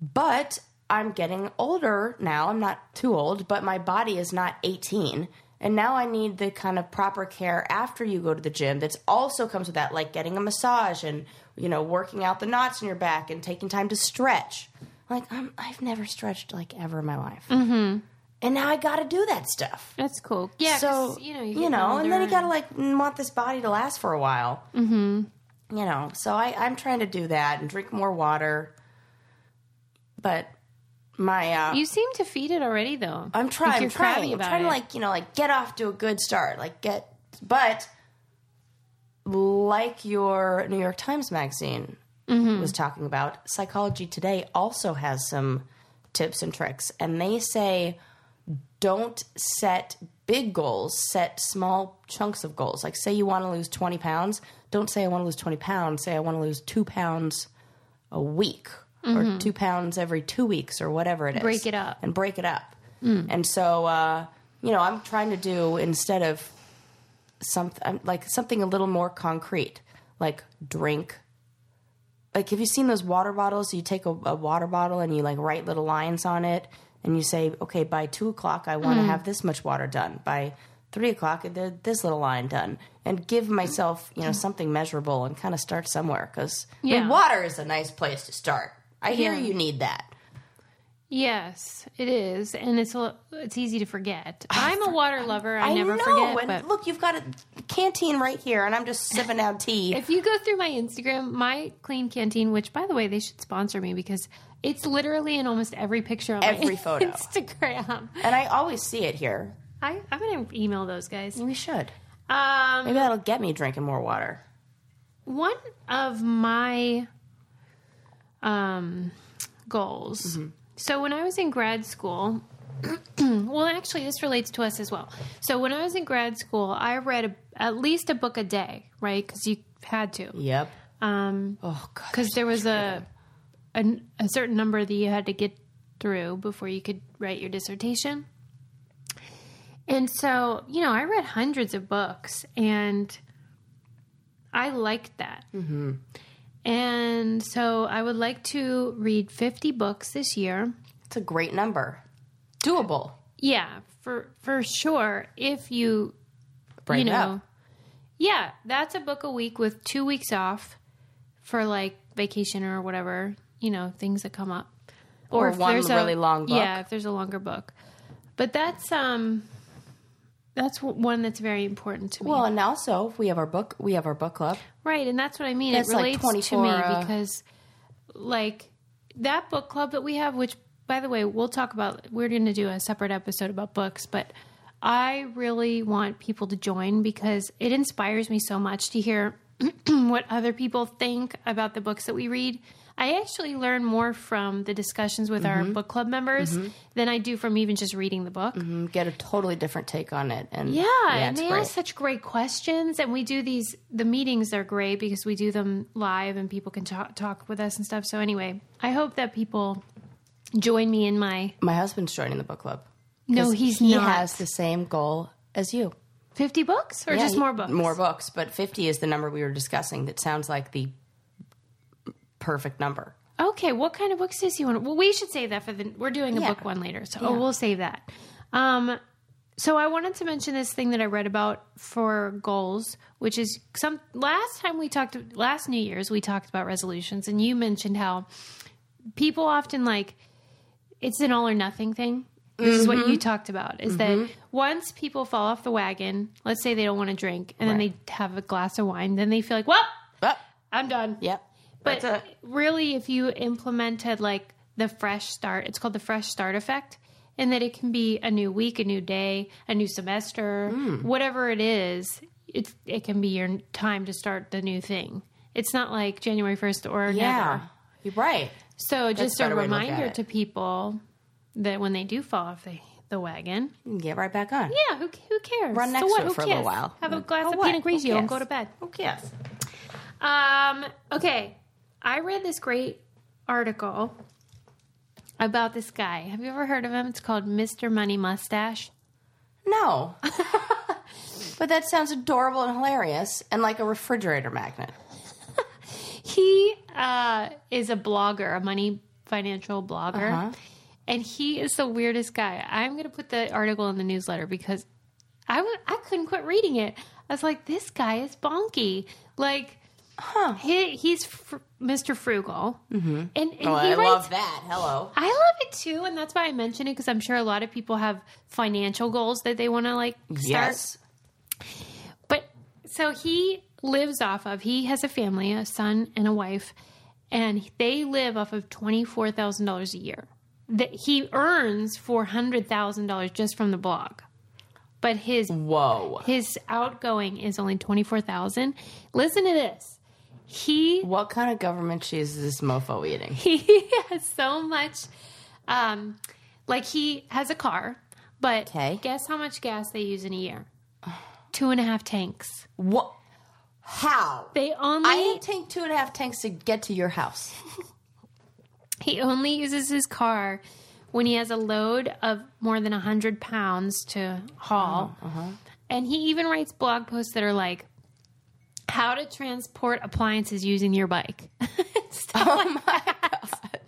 Speaker 2: But I'm getting older now. I'm not too old, but my body is not 18. And now I need the kind of proper care after you go to the gym that's also comes with that, like getting a massage and, you know, working out the knots in your back and taking time to stretch. Like, I'm, I've never stretched like ever in my life. Mm-hmm. And now I got to do that stuff
Speaker 1: That's cool. Yeah.
Speaker 2: so
Speaker 1: 'cause, you know, you,
Speaker 2: know, and then you
Speaker 1: got
Speaker 2: gotta like want this body to last for a while. Mm-hmm. you know, so I, I'm trying to do that and drink more water. But my uh,
Speaker 1: You seem to feed it already, though.
Speaker 2: I'm trying.
Speaker 1: Like,
Speaker 2: I'm
Speaker 1: you're crabby
Speaker 2: trying. I'm
Speaker 1: about
Speaker 2: trying to
Speaker 1: it.
Speaker 2: like you know like get off to a good start. Like get, but like your New York Times magazine
Speaker 1: Mm-hmm.
Speaker 2: was talking about, Psychology Today also has some tips and tricks, and they say don't set big goals. Set small chunks of goals. Like say you want to lose 20 pounds. Don't say I want to lose 20 pounds. Say I want to lose two pounds a week. Or two pounds every two weeks, or whatever it is.
Speaker 1: Mm-hmm. Break it up. Mm.
Speaker 2: And break it up. And so, uh, you know, I'm trying to do instead of something like something a little more concrete, like drink. Like, have you seen those water bottles? You take a, a water bottle and you like write little lines on it, and you say, okay, by two o'clock, I
Speaker 1: Mm.
Speaker 2: want to have this much water done. By three o'clock, th- this little line done, and give myself, you know, something measurable and kind of start somewhere because
Speaker 1: Mm. Yeah.
Speaker 2: water is a nice place to start. I hear
Speaker 1: Yeah.
Speaker 2: you need that.
Speaker 1: Yes, it is, and it's a- it's easy to forget. I'm a water lover. I,
Speaker 2: I
Speaker 1: never
Speaker 2: know.
Speaker 1: forget.
Speaker 2: and
Speaker 1: But
Speaker 2: look, you've got a canteen right here, and I'm just sipping down tea.
Speaker 1: if you go through my Instagram, my clean canteen, which by the way they should sponsor me because it's literally in almost every picture on
Speaker 2: Every
Speaker 1: my
Speaker 2: photo.
Speaker 1: Instagram.
Speaker 2: and I always see it here.
Speaker 1: I, I'm gonna email those guys.
Speaker 2: We should.
Speaker 1: Um,
Speaker 2: Maybe that'll get me drinking more water.
Speaker 1: one of my um, goals. So when I was in grad school, well, actually, this relates to us as well. So when I was in grad school, I read a, at least a book a day, right? Because you had to.
Speaker 2: Yep.
Speaker 1: Um,
Speaker 2: Oh god.
Speaker 1: because there was a, a a certain number that you had to get through before you could write your dissertation. And so, you know, I read hundreds of books, and I liked that. Mm-hmm. And so, I would like to read fifty books this year.
Speaker 2: It's a great number. Doable.
Speaker 1: Yeah, for for sure. If you
Speaker 2: Break it
Speaker 1: you know,
Speaker 2: up.
Speaker 1: yeah, that's a book a week with two weeks off for like vacation or whatever. You know, things that come up,
Speaker 2: Or one really long book.
Speaker 1: Yeah, if there's a longer book, but that's um, that's w- one that's very important to me.
Speaker 2: Well, and also if we have our book, we have our book club.
Speaker 1: Right, and that's what I mean. It
Speaker 2: That's like
Speaker 1: relates to
Speaker 2: 24,
Speaker 1: me
Speaker 2: uh,
Speaker 1: because, like, that book club that we have, which, by the way, we'll talk about. We're going to do a separate episode about books, but I really want people to join because it inspires me so much to hear what other people think about the books that we read. I actually learn more from the discussions with our
Speaker 2: Mm-hmm.
Speaker 1: book club members than I do from even just reading the book.
Speaker 2: and Um, Get a totally different take on it. And
Speaker 1: Yeah, and
Speaker 2: it's
Speaker 1: they
Speaker 2: great.
Speaker 1: ask such great questions, and we do these. The meetings are great because we do them live, and people can talk, talk with us and stuff. So anyway, I hope that people join me in my.
Speaker 2: my husband's joining the book club.
Speaker 1: No,
Speaker 2: 'Cause
Speaker 1: he's
Speaker 2: he
Speaker 1: not.
Speaker 2: has the same goal as you.
Speaker 1: fifty books or
Speaker 2: Yeah,
Speaker 1: just
Speaker 2: he-
Speaker 1: more books.
Speaker 2: More books, but 50 is the number we were discussing that sounds like the perfect number.
Speaker 1: Okay, what kind of books does he want? Well, we should save that for the. We're doing a
Speaker 2: Yeah.
Speaker 1: book one later, so oh, we'll save that. Um, so I wanted to mention this thing that I read about for goals, which is some. Last time we talked, last New Year's we talked about resolutions, and you mentioned how people often like it's an all or nothing thing. This is what
Speaker 2: Mm-hmm.
Speaker 1: you talked about is that once people fall off the wagon, let's say they don't want to drink, and then they have a glass of wine, then they feel like, well,
Speaker 2: Oh,
Speaker 1: I'm done.
Speaker 2: yep.
Speaker 1: But
Speaker 2: That's it.
Speaker 1: really, if you implemented like the fresh start, it's called the fresh start effect, and that it can be a new week, a new day, a new semester,
Speaker 2: Hmm.
Speaker 1: whatever it is, it's, it can be your time to start the new thing. It's not like January 1st or
Speaker 2: Yeah.
Speaker 1: never.
Speaker 2: You're right.
Speaker 1: So, just
Speaker 2: a
Speaker 1: a
Speaker 2: better way to look at
Speaker 1: reminder
Speaker 2: it.
Speaker 1: to people that when they do fall off the, the wagon,
Speaker 2: You can Get right back on.
Speaker 1: yeah, who, who cares?
Speaker 2: Run next
Speaker 1: so what?
Speaker 2: to it
Speaker 1: who
Speaker 2: for a
Speaker 1: cares?
Speaker 2: little while.
Speaker 1: Have a
Speaker 2: Like,
Speaker 1: glass
Speaker 2: oh,
Speaker 1: of
Speaker 2: what?
Speaker 1: Pinot
Speaker 2: Who
Speaker 1: Grigio
Speaker 2: cares?
Speaker 1: and go to bed.
Speaker 2: Who cares?
Speaker 1: Um, okay. I read this great article about this guy. Have you ever heard of him? It's called Mr. Money Mustache.
Speaker 2: No. but that sounds adorable and hilarious and like a refrigerator magnet.
Speaker 1: He uh, is a blogger, a money financial blogger. And he is the weirdest guy. I'm going to put the article in the newsletter because I w- I couldn't quit reading it. I was like, this guy is bonky. Like, he, he's fr- Mr. Frugal. Mm-hmm. And, and
Speaker 2: Oh,
Speaker 1: he
Speaker 2: I
Speaker 1: writes
Speaker 2: love that. Hello.
Speaker 1: I love it too, and that's why I mention it because I'm sure a lot of people have financial goals that they want to like start.
Speaker 2: Yes.
Speaker 1: But so he lives off of, he has a family, a son and a wife, and they live off of $24,000 a year. That he earns $400,000 just from the blog. But his
Speaker 2: Whoa.
Speaker 1: his outgoing is only 24,000. Listen to this. He
Speaker 2: What kind of government cheese is this mofo eating?
Speaker 1: he has so much um like he has a car but
Speaker 2: Okay.
Speaker 1: guess how much gas they use in a year two and a half tanks
Speaker 2: What? How?
Speaker 1: they only
Speaker 2: I take two and a half tanks to get to your house.
Speaker 1: he only uses his car when he has a load of more than 100 pounds to haul
Speaker 2: Oh, uh-huh.
Speaker 1: and he even writes blog posts that are like how to transport appliances using your bike Stuff
Speaker 2: Oh
Speaker 1: like that.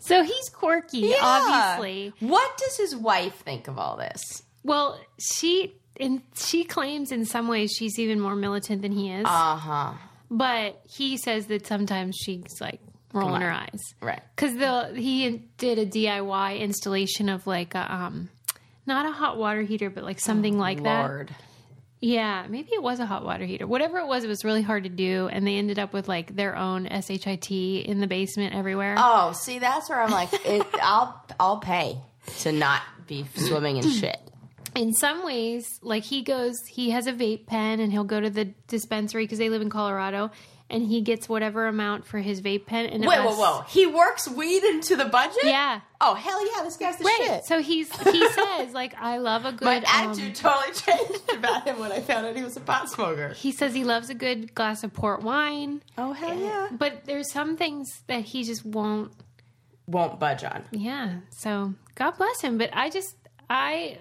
Speaker 1: so he's quirky obviously
Speaker 2: What does his wife think of all this?
Speaker 1: Well, she and she claims in some ways she's even more militant than he is.
Speaker 2: Uh huh.
Speaker 1: but he says that sometimes she's like rolling her eyes
Speaker 2: Right.
Speaker 1: because the he did a DIY installation of like a um. Not a hot water heater, but like something like that.
Speaker 2: Lord.
Speaker 1: Yeah, maybe it was a hot water heater. Whatever it was, it was really hard to do, and they ended up with like their own shit in the basement everywhere.
Speaker 2: Oh, see, that's where I'm like, it, I'll I'll pay to not be swimming in shit.
Speaker 1: in some ways, like he goes, he has a vape pen and he'll go to the dispensary because they live in Colorado and he gets whatever amount for his vape pen. And it
Speaker 2: Wait, whoa,
Speaker 1: lasts-
Speaker 2: whoa! He works weed into the budget.
Speaker 1: Yeah.
Speaker 2: Oh hell yeah, this guy's the
Speaker 1: Right.
Speaker 2: shit.
Speaker 1: So he's, he says, like, I love a good.
Speaker 2: My
Speaker 1: um,
Speaker 2: attitude totally changed about him when I found out he was a pot smoker.
Speaker 1: he says he loves a good glass of port wine,
Speaker 2: Oh hell yeah!
Speaker 1: but there's some things that he just won't.
Speaker 2: Won't budge on.
Speaker 1: Yeah. So God bless him. But I just, I,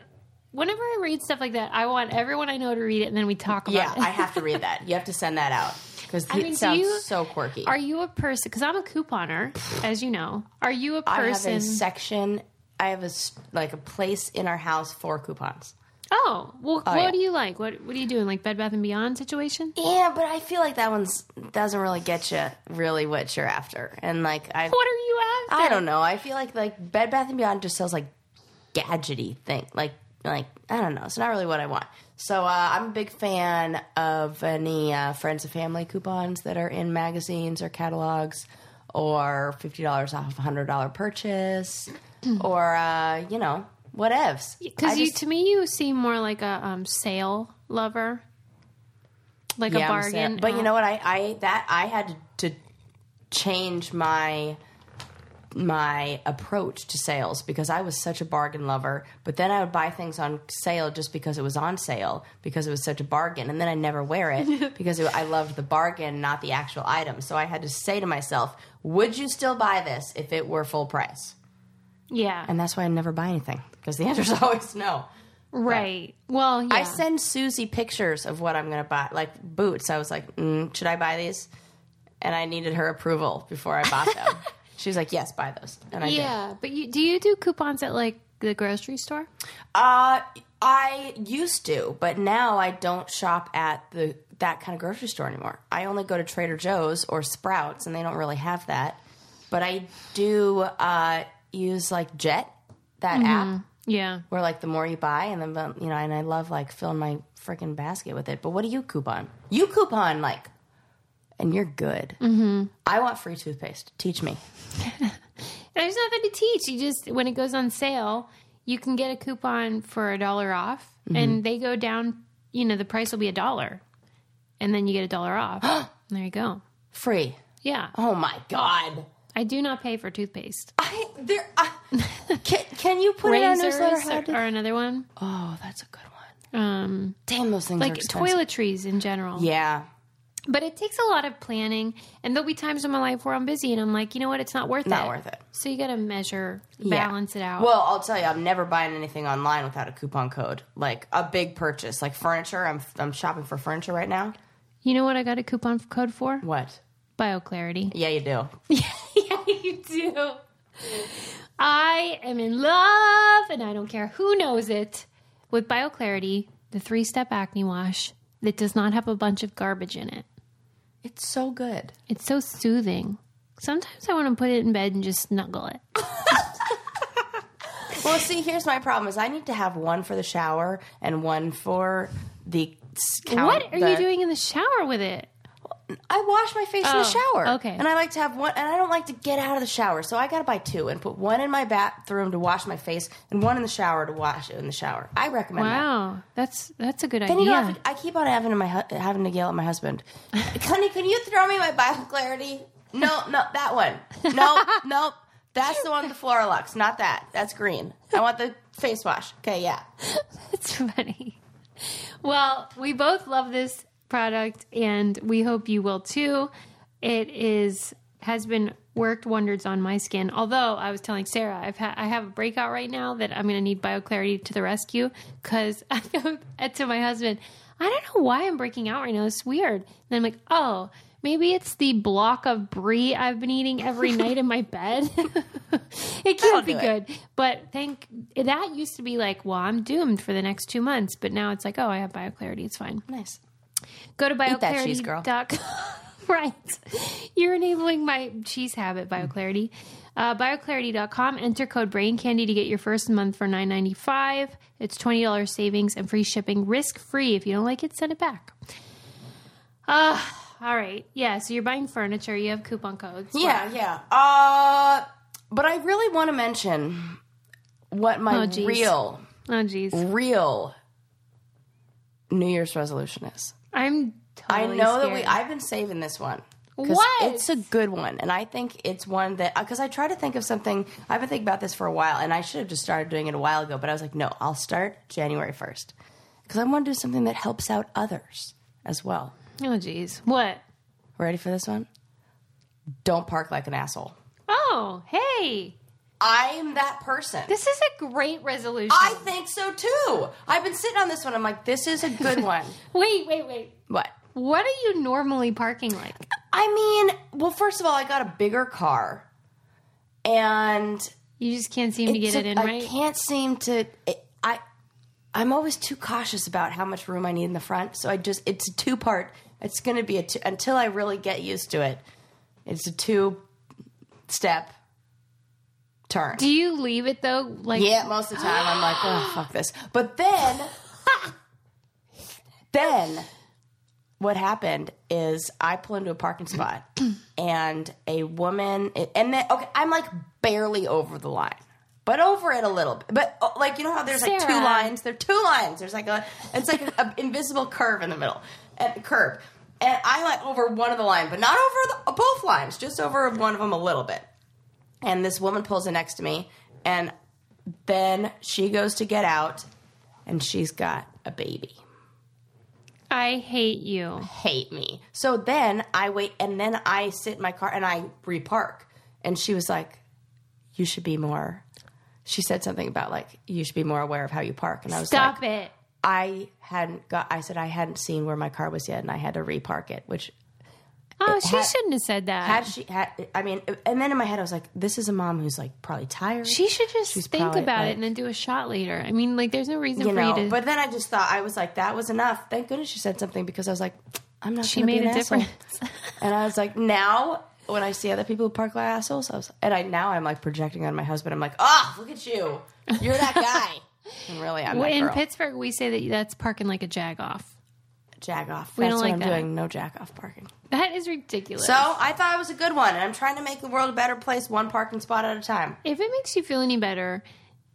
Speaker 1: whenever I read stuff like that, I want everyone I know to read it and then we talk about
Speaker 2: Yeah,
Speaker 1: it.
Speaker 2: I have to read that. You have to send that out because it
Speaker 1: I mean, do
Speaker 2: sounds
Speaker 1: you-
Speaker 2: so quirky.
Speaker 1: Are you a person? Because I'm a couponer, as you know. Are you a
Speaker 2: I have
Speaker 1: person?
Speaker 2: a section. I have a s- like a place in our house for coupons.
Speaker 1: oh, well, what
Speaker 2: yeah.
Speaker 1: do you like? What What are you doing? Like Bed Bath and Beyond situation?
Speaker 2: Yeah, but I feel like that one's doesn't really get you really what you're after. And like I,
Speaker 1: What are you after?
Speaker 2: I don't know. I feel like like Bed Bath and Beyond just sells like gadgety thing. Like like I don't know. It's not really what I want. So uh, I'm a big fan of any uh, friends and family coupons that are in magazines or catalogs, or fifty dollars off a hundred dollar purchase, or uh, you know whatevs. I
Speaker 1: Because you,
Speaker 2: just-
Speaker 1: to me, you seem more like a um, sale lover, like a
Speaker 2: Yeah, I'm Uh-huh. sad.
Speaker 1: bargain.
Speaker 2: But you
Speaker 1: Oh,
Speaker 2: know what? I, I that I had to change my my approach to sales because I was such a bargain lover. But then I would buy things on sale just because it was on sale because it was such a bargain, and then I never wear it because it, I loved the bargain, not the actual item. So I had to say to myself, "Would you still buy this if it were full price?"
Speaker 1: yeah,
Speaker 2: And that's why I never buy anything because the answer is always no.
Speaker 1: right. Well, yeah.
Speaker 2: I send Susie pictures of what I'm going to buy, like boots. I was like, mm, should I buy these? And I needed her approval before I bought them. she was like, yes, buy those. And I did.
Speaker 1: yeah, but you, do you do coupons at like the grocery store?
Speaker 2: Uh, I used to, but now I don't shop at the that kind of grocery store anymore. I only go to Trader Joe's or Sprouts, and they don't really have that. But I do uh, use like Jet, that
Speaker 1: Mm-hmm.
Speaker 2: app.
Speaker 1: Yeah.
Speaker 2: Where like the more you buy, and then the- you know, and I love like filling my freaking basket with it. But what do you coupon? You coupon like, and you're good. Mm-hmm. I want free toothpaste. Teach me.
Speaker 1: There's nothing to teach. You just when it goes on sale, you can get a coupon for a dollar off,
Speaker 2: Mm-hmm.
Speaker 1: and they go down. You know, the price will be a dollar, and then you get a dollar off. And there you go.
Speaker 2: Free.
Speaker 1: Yeah,
Speaker 2: Oh my god.
Speaker 1: I do not pay for toothpaste.
Speaker 2: I there. I, can can you put it on
Speaker 1: Razors
Speaker 2: Oh, newsletter? How
Speaker 1: are,
Speaker 2: to-
Speaker 1: are another one.
Speaker 2: oh, that's a good one.
Speaker 1: Um,
Speaker 2: Damn, those things are
Speaker 1: like
Speaker 2: expensive.
Speaker 1: toiletries in general.
Speaker 2: Yeah.
Speaker 1: But it takes a lot of planning, and there'll be times in my life where I'm busy, and I'm like, you know what, it's not worth
Speaker 2: Not
Speaker 1: it.
Speaker 2: worth it.
Speaker 1: So you got to measure,
Speaker 2: Yeah.
Speaker 1: balance it out.
Speaker 2: Well, I'll tell you, I'm never buying anything online without a coupon code. Like a big purchase, like furniture. I'm I'm shopping for furniture right now.
Speaker 1: you know what I got a coupon code for?
Speaker 2: What?
Speaker 1: BioClarity.
Speaker 2: Yeah, you do.
Speaker 1: yeah, you do. I am in love, and I don't care who knows it, with BioClarity, the three step acne wash that does not have a bunch of garbage in it.
Speaker 2: It's so good.
Speaker 1: It's so soothing. Sometimes I want to put it in bed and just snuggle it.
Speaker 2: Well, see, here's my problem: is I need to have one for the shower and one for the s- count.
Speaker 1: what are you
Speaker 2: the-
Speaker 1: doing in the shower with it?
Speaker 2: I wash my face in the
Speaker 1: Oh,
Speaker 2: shower.
Speaker 1: okay.
Speaker 2: And I like to have one, and I don't like to get out of the shower, so I gotta buy two and put one in my bathroom to wash my face and one in the shower to wash it in the shower. I recommend that.
Speaker 1: Wow, that's that's a good
Speaker 2: Then you
Speaker 1: idea.
Speaker 2: don't have to, I keep on having to my hu- having to yell at my husband. Honey, can you throw me my Bible clarity? No, no, that one. No, nope. That's the one with the Floralux, not that. That's green. I want the face wash. Okay, yeah.
Speaker 1: It's funny. Well, we both love this product and we hope you will too. It is has been worked wonders on my skin. Although I was telling Sarah, I've ha- I have a breakout right now that I'm going to need BioClarity to the rescue cuz I go to my husband, I don't know why I'm breaking out right now. It's weird. And I'm like, "Oh, maybe it's the block of brie I've been eating every night in my bed." it can't be
Speaker 2: do it.
Speaker 1: good. But thank that used to be like, well, I'm doomed for the next two months. But now it's like, oh, I have BioClarity. It's fine.
Speaker 2: Nice.
Speaker 1: Go to
Speaker 2: that cheese, girl.
Speaker 1: bioclarity.com. right. You're enabling my cheese habit, BioClarity. Uh, bioclarity.com. Enter code Brain Candy to get your first month for $9.95. It's $20 savings and free shipping, risk free. If you don't like it, send it back. Uh, all right. Yeah. So you're buying furniture. You have coupon codes.
Speaker 2: Yeah, yeah. Uh, but I really want to mention what my
Speaker 1: Oh, geez.
Speaker 2: real,
Speaker 1: Oh, geez.
Speaker 2: real New Year's resolution is.
Speaker 1: I'm
Speaker 2: I
Speaker 1: totally
Speaker 2: know that
Speaker 1: scared.
Speaker 2: we. I've been saving this one. 'Cause
Speaker 1: What?
Speaker 2: It's a good one, and I think it's one that because I try to think of something. I've been thinking about this for a while, and I should have just started doing it a while ago. But I was like, no, I'll start January first because I want to do something that helps out others as well.
Speaker 1: Oh, geez. What?
Speaker 2: Ready for this one? Don't park like an asshole.
Speaker 1: Oh, hey.
Speaker 2: I'm that person.
Speaker 1: This is a great resolution.
Speaker 2: I think so too. I've been sitting on this one. I'm like, this is a good one.
Speaker 1: wait, wait, wait.
Speaker 2: what?
Speaker 1: What are you normally parking like?
Speaker 2: I mean, well, first of all, I got a bigger car, and
Speaker 1: You just can't seem to get
Speaker 2: It's
Speaker 1: it
Speaker 2: a-
Speaker 1: in
Speaker 2: I
Speaker 1: right.
Speaker 2: can't seem to. It, I I'm always too cautious about how much room I need in the front, so I just it's a two part. It's going to be a two, until I really get used to it. It's a two step turn.
Speaker 1: Do you leave it though? Like
Speaker 2: yeah, most of the time I'm like, oh fuck this. But then, then what happened is I pull into a parking spot, and a woman, and then okay, I'm like barely over the line. But over it a little, bit. but oh, like you know how there's like two
Speaker 1: Sarah.
Speaker 2: lines. There are two lines. There's like a it's like an invisible curve in the middle, and curve. And I like over one of the line, but not over the, uh, both lines. Just over one of them a little bit and this woman pulls in next to me and then she goes to get out and she's got a baby
Speaker 1: I hate you.
Speaker 2: hate me so then i wait and then i sit in my car and i repark and she was like you should be more she said something about like you should be more aware of how you park and i was like
Speaker 1: Stop it.
Speaker 2: i hadn't got i said i hadn't seen where my car was yet and i had to repark it which
Speaker 1: Oh, she
Speaker 2: had-
Speaker 1: shouldn't have said that.
Speaker 2: had she had i mean and then in my head i was like this is a mom who's like probably tired
Speaker 1: she should just
Speaker 2: She's
Speaker 1: think
Speaker 2: probably,
Speaker 1: about
Speaker 2: like-
Speaker 1: it and then do a shot later. I mean, like there's no reason
Speaker 2: you
Speaker 1: for
Speaker 2: know.
Speaker 1: you to
Speaker 2: But then I just thought I was like, that was enough. Thank goodness she said something because I was like, I'm not.
Speaker 1: She
Speaker 2: gonna be
Speaker 1: made
Speaker 2: an
Speaker 1: a
Speaker 2: asshole.
Speaker 1: difference.
Speaker 2: and I was like, now when I see other people who park like assholes, I was, and I now I'm like projecting on my husband. I'm like, ah, look at you, you're that guy. and really, I'm
Speaker 1: Well,
Speaker 2: that
Speaker 1: in
Speaker 2: girl.
Speaker 1: Pittsburgh we say that that's parking like a jag off.
Speaker 2: jack off.
Speaker 1: We
Speaker 2: That's
Speaker 1: don't
Speaker 2: what
Speaker 1: like
Speaker 2: I'm
Speaker 1: that.
Speaker 2: doing. No jack off parking.
Speaker 1: That is ridiculous.
Speaker 2: So I thought it was a good one, and I'm trying to make the world a better place, one parking spot at a time.
Speaker 1: if it makes you feel any better,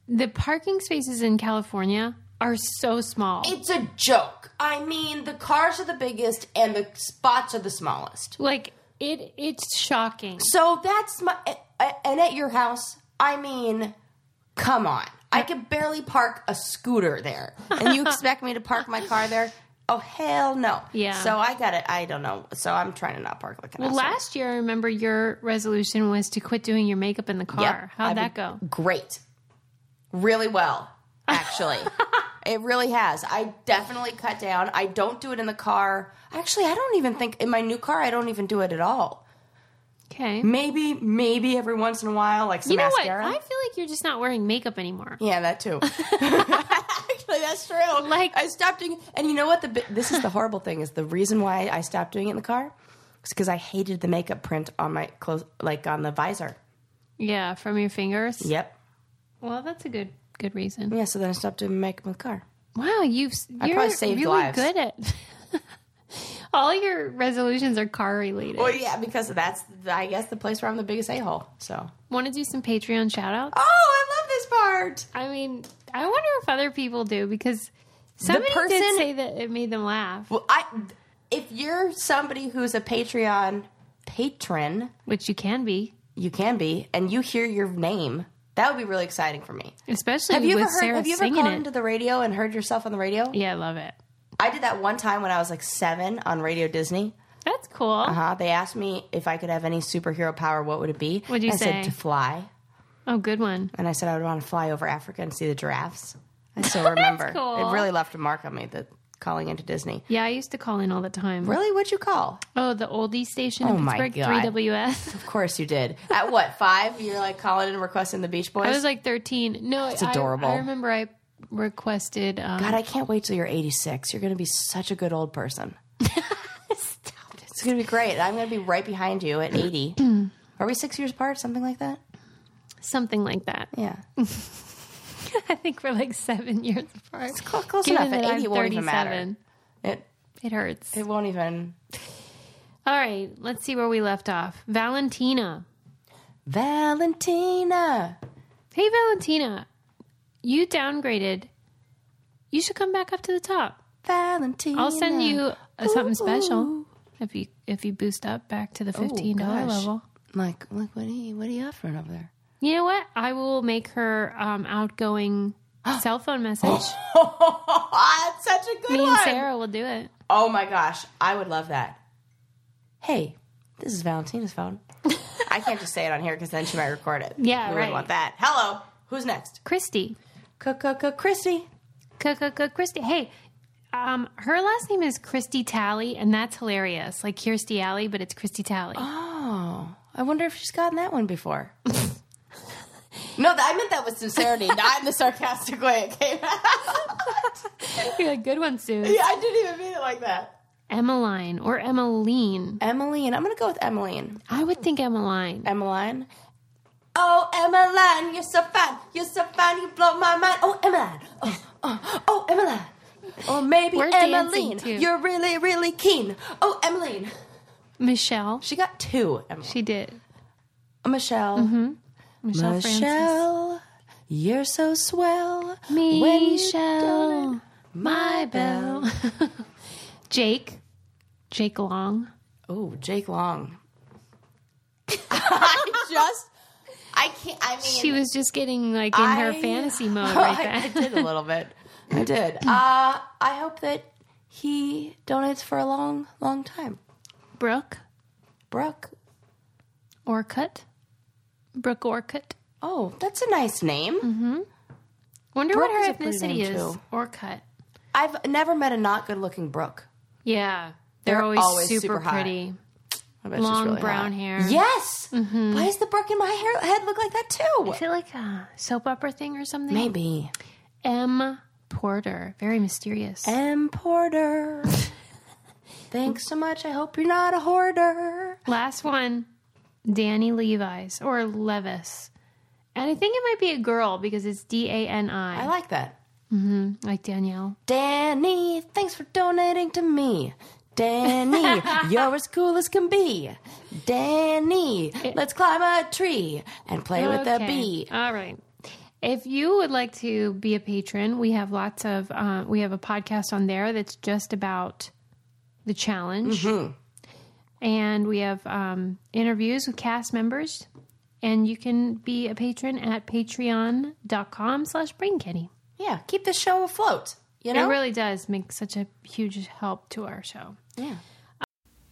Speaker 1: the parking spaces in California are so small.
Speaker 2: It's a joke. I mean, the cars are the biggest, and the spots are the smallest.
Speaker 1: like it it's shocking.
Speaker 2: So that's my and at your house. I mean, come on. I could barely park a scooter there, and you expect me to park my car there? Oh hell no!
Speaker 1: Yeah.
Speaker 2: So I got it. I don't know. So I'm trying to not park like an
Speaker 1: Well,
Speaker 2: asshole.
Speaker 1: last year, I remember your resolution was to quit doing your makeup in the car.
Speaker 2: Yep.
Speaker 1: How'd
Speaker 2: I've
Speaker 1: that go?
Speaker 2: been- Great, really well, actually. it really has. I definitely cut down. I don't do it in the car. Actually, I don't even think in my new car. I don't even do it at all.
Speaker 1: Okay.
Speaker 2: Maybe, maybe every once in a while, like some
Speaker 1: You know
Speaker 2: mascara.
Speaker 1: what? I feel like you're just not wearing makeup anymore.
Speaker 2: Yeah, that too. Actually, that's true.
Speaker 1: Like-
Speaker 2: I stopped doing, and you know what? The bi- this is the horrible thing is the reason why I stopped doing it in the car is because I hated the makeup print on my clothes, like on the visor.
Speaker 1: Yeah, from your fingers.
Speaker 2: Yep.
Speaker 1: Well, that's a good good reason.
Speaker 2: Yeah. So then I stopped doing makeup in the car.
Speaker 1: Wow, you've you're
Speaker 2: probably saved
Speaker 1: really
Speaker 2: lives.
Speaker 1: good at. All your resolutions are car related.
Speaker 2: Well, yeah, because that's I guess the place where I'm the biggest a hole. So.
Speaker 1: Want to do some Patreon shout outs?
Speaker 2: Oh, I love this part.
Speaker 1: I mean, I wonder if other people do because somebody did
Speaker 2: person-
Speaker 1: say that it made them laugh,
Speaker 2: Well, I if you're somebody who's a Patreon patron,
Speaker 1: which you can be,
Speaker 2: you can be, and you hear your name, that would be really exciting for me.
Speaker 1: especially
Speaker 2: Have you
Speaker 1: with
Speaker 2: ever heard?
Speaker 1: Sarah
Speaker 2: have you ever
Speaker 1: singing
Speaker 2: called
Speaker 1: it.
Speaker 2: into the radio and heard yourself on the radio?
Speaker 1: yeah, I love it.
Speaker 2: I did that one time when I was like seven on Radio Disney.
Speaker 1: That's cool.
Speaker 2: Uh, they asked me if I could have any superhero power, what would it be?
Speaker 1: What'd you
Speaker 2: I
Speaker 1: say?
Speaker 2: said to fly,
Speaker 1: Oh, good one.
Speaker 2: and I said I would want to fly over Africa and see the giraffes. I still remember.
Speaker 1: cool.
Speaker 2: It really left a mark on me. The calling into Disney.
Speaker 1: Yeah, I used to call in all the time.
Speaker 2: Really, what'd you call?
Speaker 1: Oh, the oldie station
Speaker 2: Oh
Speaker 1: in
Speaker 2: my
Speaker 1: Pittsburgh,
Speaker 2: God.
Speaker 1: 3WS.
Speaker 2: Of course you did. At what five? You're like calling and requesting the Beach Boys.
Speaker 1: I was like 13. No, it's
Speaker 2: adorable.
Speaker 1: I, remember I requested. Um,
Speaker 2: God, I can't wait till you're 86. You're going to be such a good old person. It's going to be great. I'm going to be right behind you at 80. Are we six years apart? Something like that?
Speaker 1: something like that.
Speaker 2: Yeah.
Speaker 1: I think we're like seven years apart. It's
Speaker 2: clo- close enough. At 80, it won't even matter. It,
Speaker 1: It hurts.
Speaker 2: it won't even.
Speaker 1: All right, let's see where we left off. Valentina.
Speaker 2: Valentina.
Speaker 1: Hey, Valentina, you downgraded. You should come back up to the top.
Speaker 2: Valentina.
Speaker 1: I'll send you uh something special if you if you boost up back to the fifteen dollar
Speaker 2: Oh, gosh.
Speaker 1: level.
Speaker 2: Like, look, what are you, what are you offering over there?
Speaker 1: You know what? I will make her um, outgoing cell phone message.
Speaker 2: That's such a good
Speaker 1: Me and Sarah will do it.
Speaker 2: Oh my gosh, I would love that. Hey, this is Valentina's phone. I can't just say it on here because then she might record it.
Speaker 1: Yeah,
Speaker 2: we
Speaker 1: right.
Speaker 2: wouldn't want that. Hello, who's next?
Speaker 1: Christy,
Speaker 2: Christy.
Speaker 1: Christy. Hey, um, her last name is Christy Tally, and that's hilarious. Like Kirsty Alley, but it's Christy Tally.
Speaker 2: I wonder if she's gotten that one before. no, th- I meant that with sincerity, not in the sarcastic way it came out.
Speaker 1: You're like, good one, Sue.
Speaker 2: Yeah, I didn't even mean it like that. Emmeline
Speaker 1: Emmeline or Emmeline.
Speaker 2: Emmeline. I'm gonna go with Emmeline.
Speaker 1: I would think Emmeline.
Speaker 2: Emmeline. Oh, Emmeline, you're so fine. You're so fine. You blow my mind. Oh, Emmeline. Oh, oh, oh Emmeline. Or maybe
Speaker 1: We're dancing,
Speaker 2: Emmeline.
Speaker 1: too.
Speaker 2: You're really, really keen. Oh, Emmeline.
Speaker 1: Michelle.
Speaker 2: She got two. Emmeline.
Speaker 1: She did.
Speaker 2: Uh, Michelle.
Speaker 1: Michelle, Francis.
Speaker 2: Michelle, you're so swell. When you
Speaker 1: Michelle.
Speaker 2: don't-
Speaker 1: my bell. Jake. Jake Long.
Speaker 2: Oh, Jake Long. I just, I can't. I mean,
Speaker 1: She was just getting like in her
Speaker 2: I-
Speaker 1: fantasy mode
Speaker 2: I,
Speaker 1: right
Speaker 2: I
Speaker 1: there.
Speaker 2: did a little bit. I did. Uh, I hope that he donates for a long, long time.
Speaker 1: Brooke
Speaker 2: Brooke.
Speaker 1: Orcutt. Brooke Orcutt.
Speaker 2: Oh, that's a nice name.
Speaker 1: Mm-hmm. Wonder
Speaker 2: Brooke
Speaker 1: what
Speaker 2: is
Speaker 1: her
Speaker 2: a pretty
Speaker 1: ethnicity
Speaker 2: name,
Speaker 1: is.
Speaker 2: too.
Speaker 1: Orcutt.
Speaker 2: I've never met a not good-looking Brooke.
Speaker 1: Yeah. They're,
Speaker 2: They're
Speaker 1: always,
Speaker 2: always
Speaker 1: super,
Speaker 2: super hot.
Speaker 1: pretty.
Speaker 2: I bet she's
Speaker 1: Long
Speaker 2: really
Speaker 1: brown
Speaker 2: hot.
Speaker 1: hair.
Speaker 2: Yes. Why does the Brooke in my hair head look like that too?
Speaker 1: Is it like a soap opera thing or something?
Speaker 2: Maybe.
Speaker 1: M. Porter. Very mysterious.
Speaker 2: M. Porter. Thanks so much. I hope you're not a hoarder.
Speaker 1: Last one, Danny Levi's or Levis. And I think it might be a girl because it's D A N
Speaker 2: I
Speaker 1: I,
Speaker 2: like that.
Speaker 1: like Danielle.
Speaker 2: Danny, thanks for donating to me. Danny, you're as cool as can be. Danny, let's climb a tree and play with a
Speaker 1: Okay.
Speaker 2: bee.
Speaker 1: All right. If you would like to be a patron, we have lots of, uh, we have a podcast on there that's just about the challenge.
Speaker 2: Mm-hmm.
Speaker 1: And we have um, interviews with cast members. And you can be a patron at patreon.com slash braincandy.
Speaker 2: Yeah, keep the show afloat. You know?
Speaker 1: It really does make such a huge help to our show.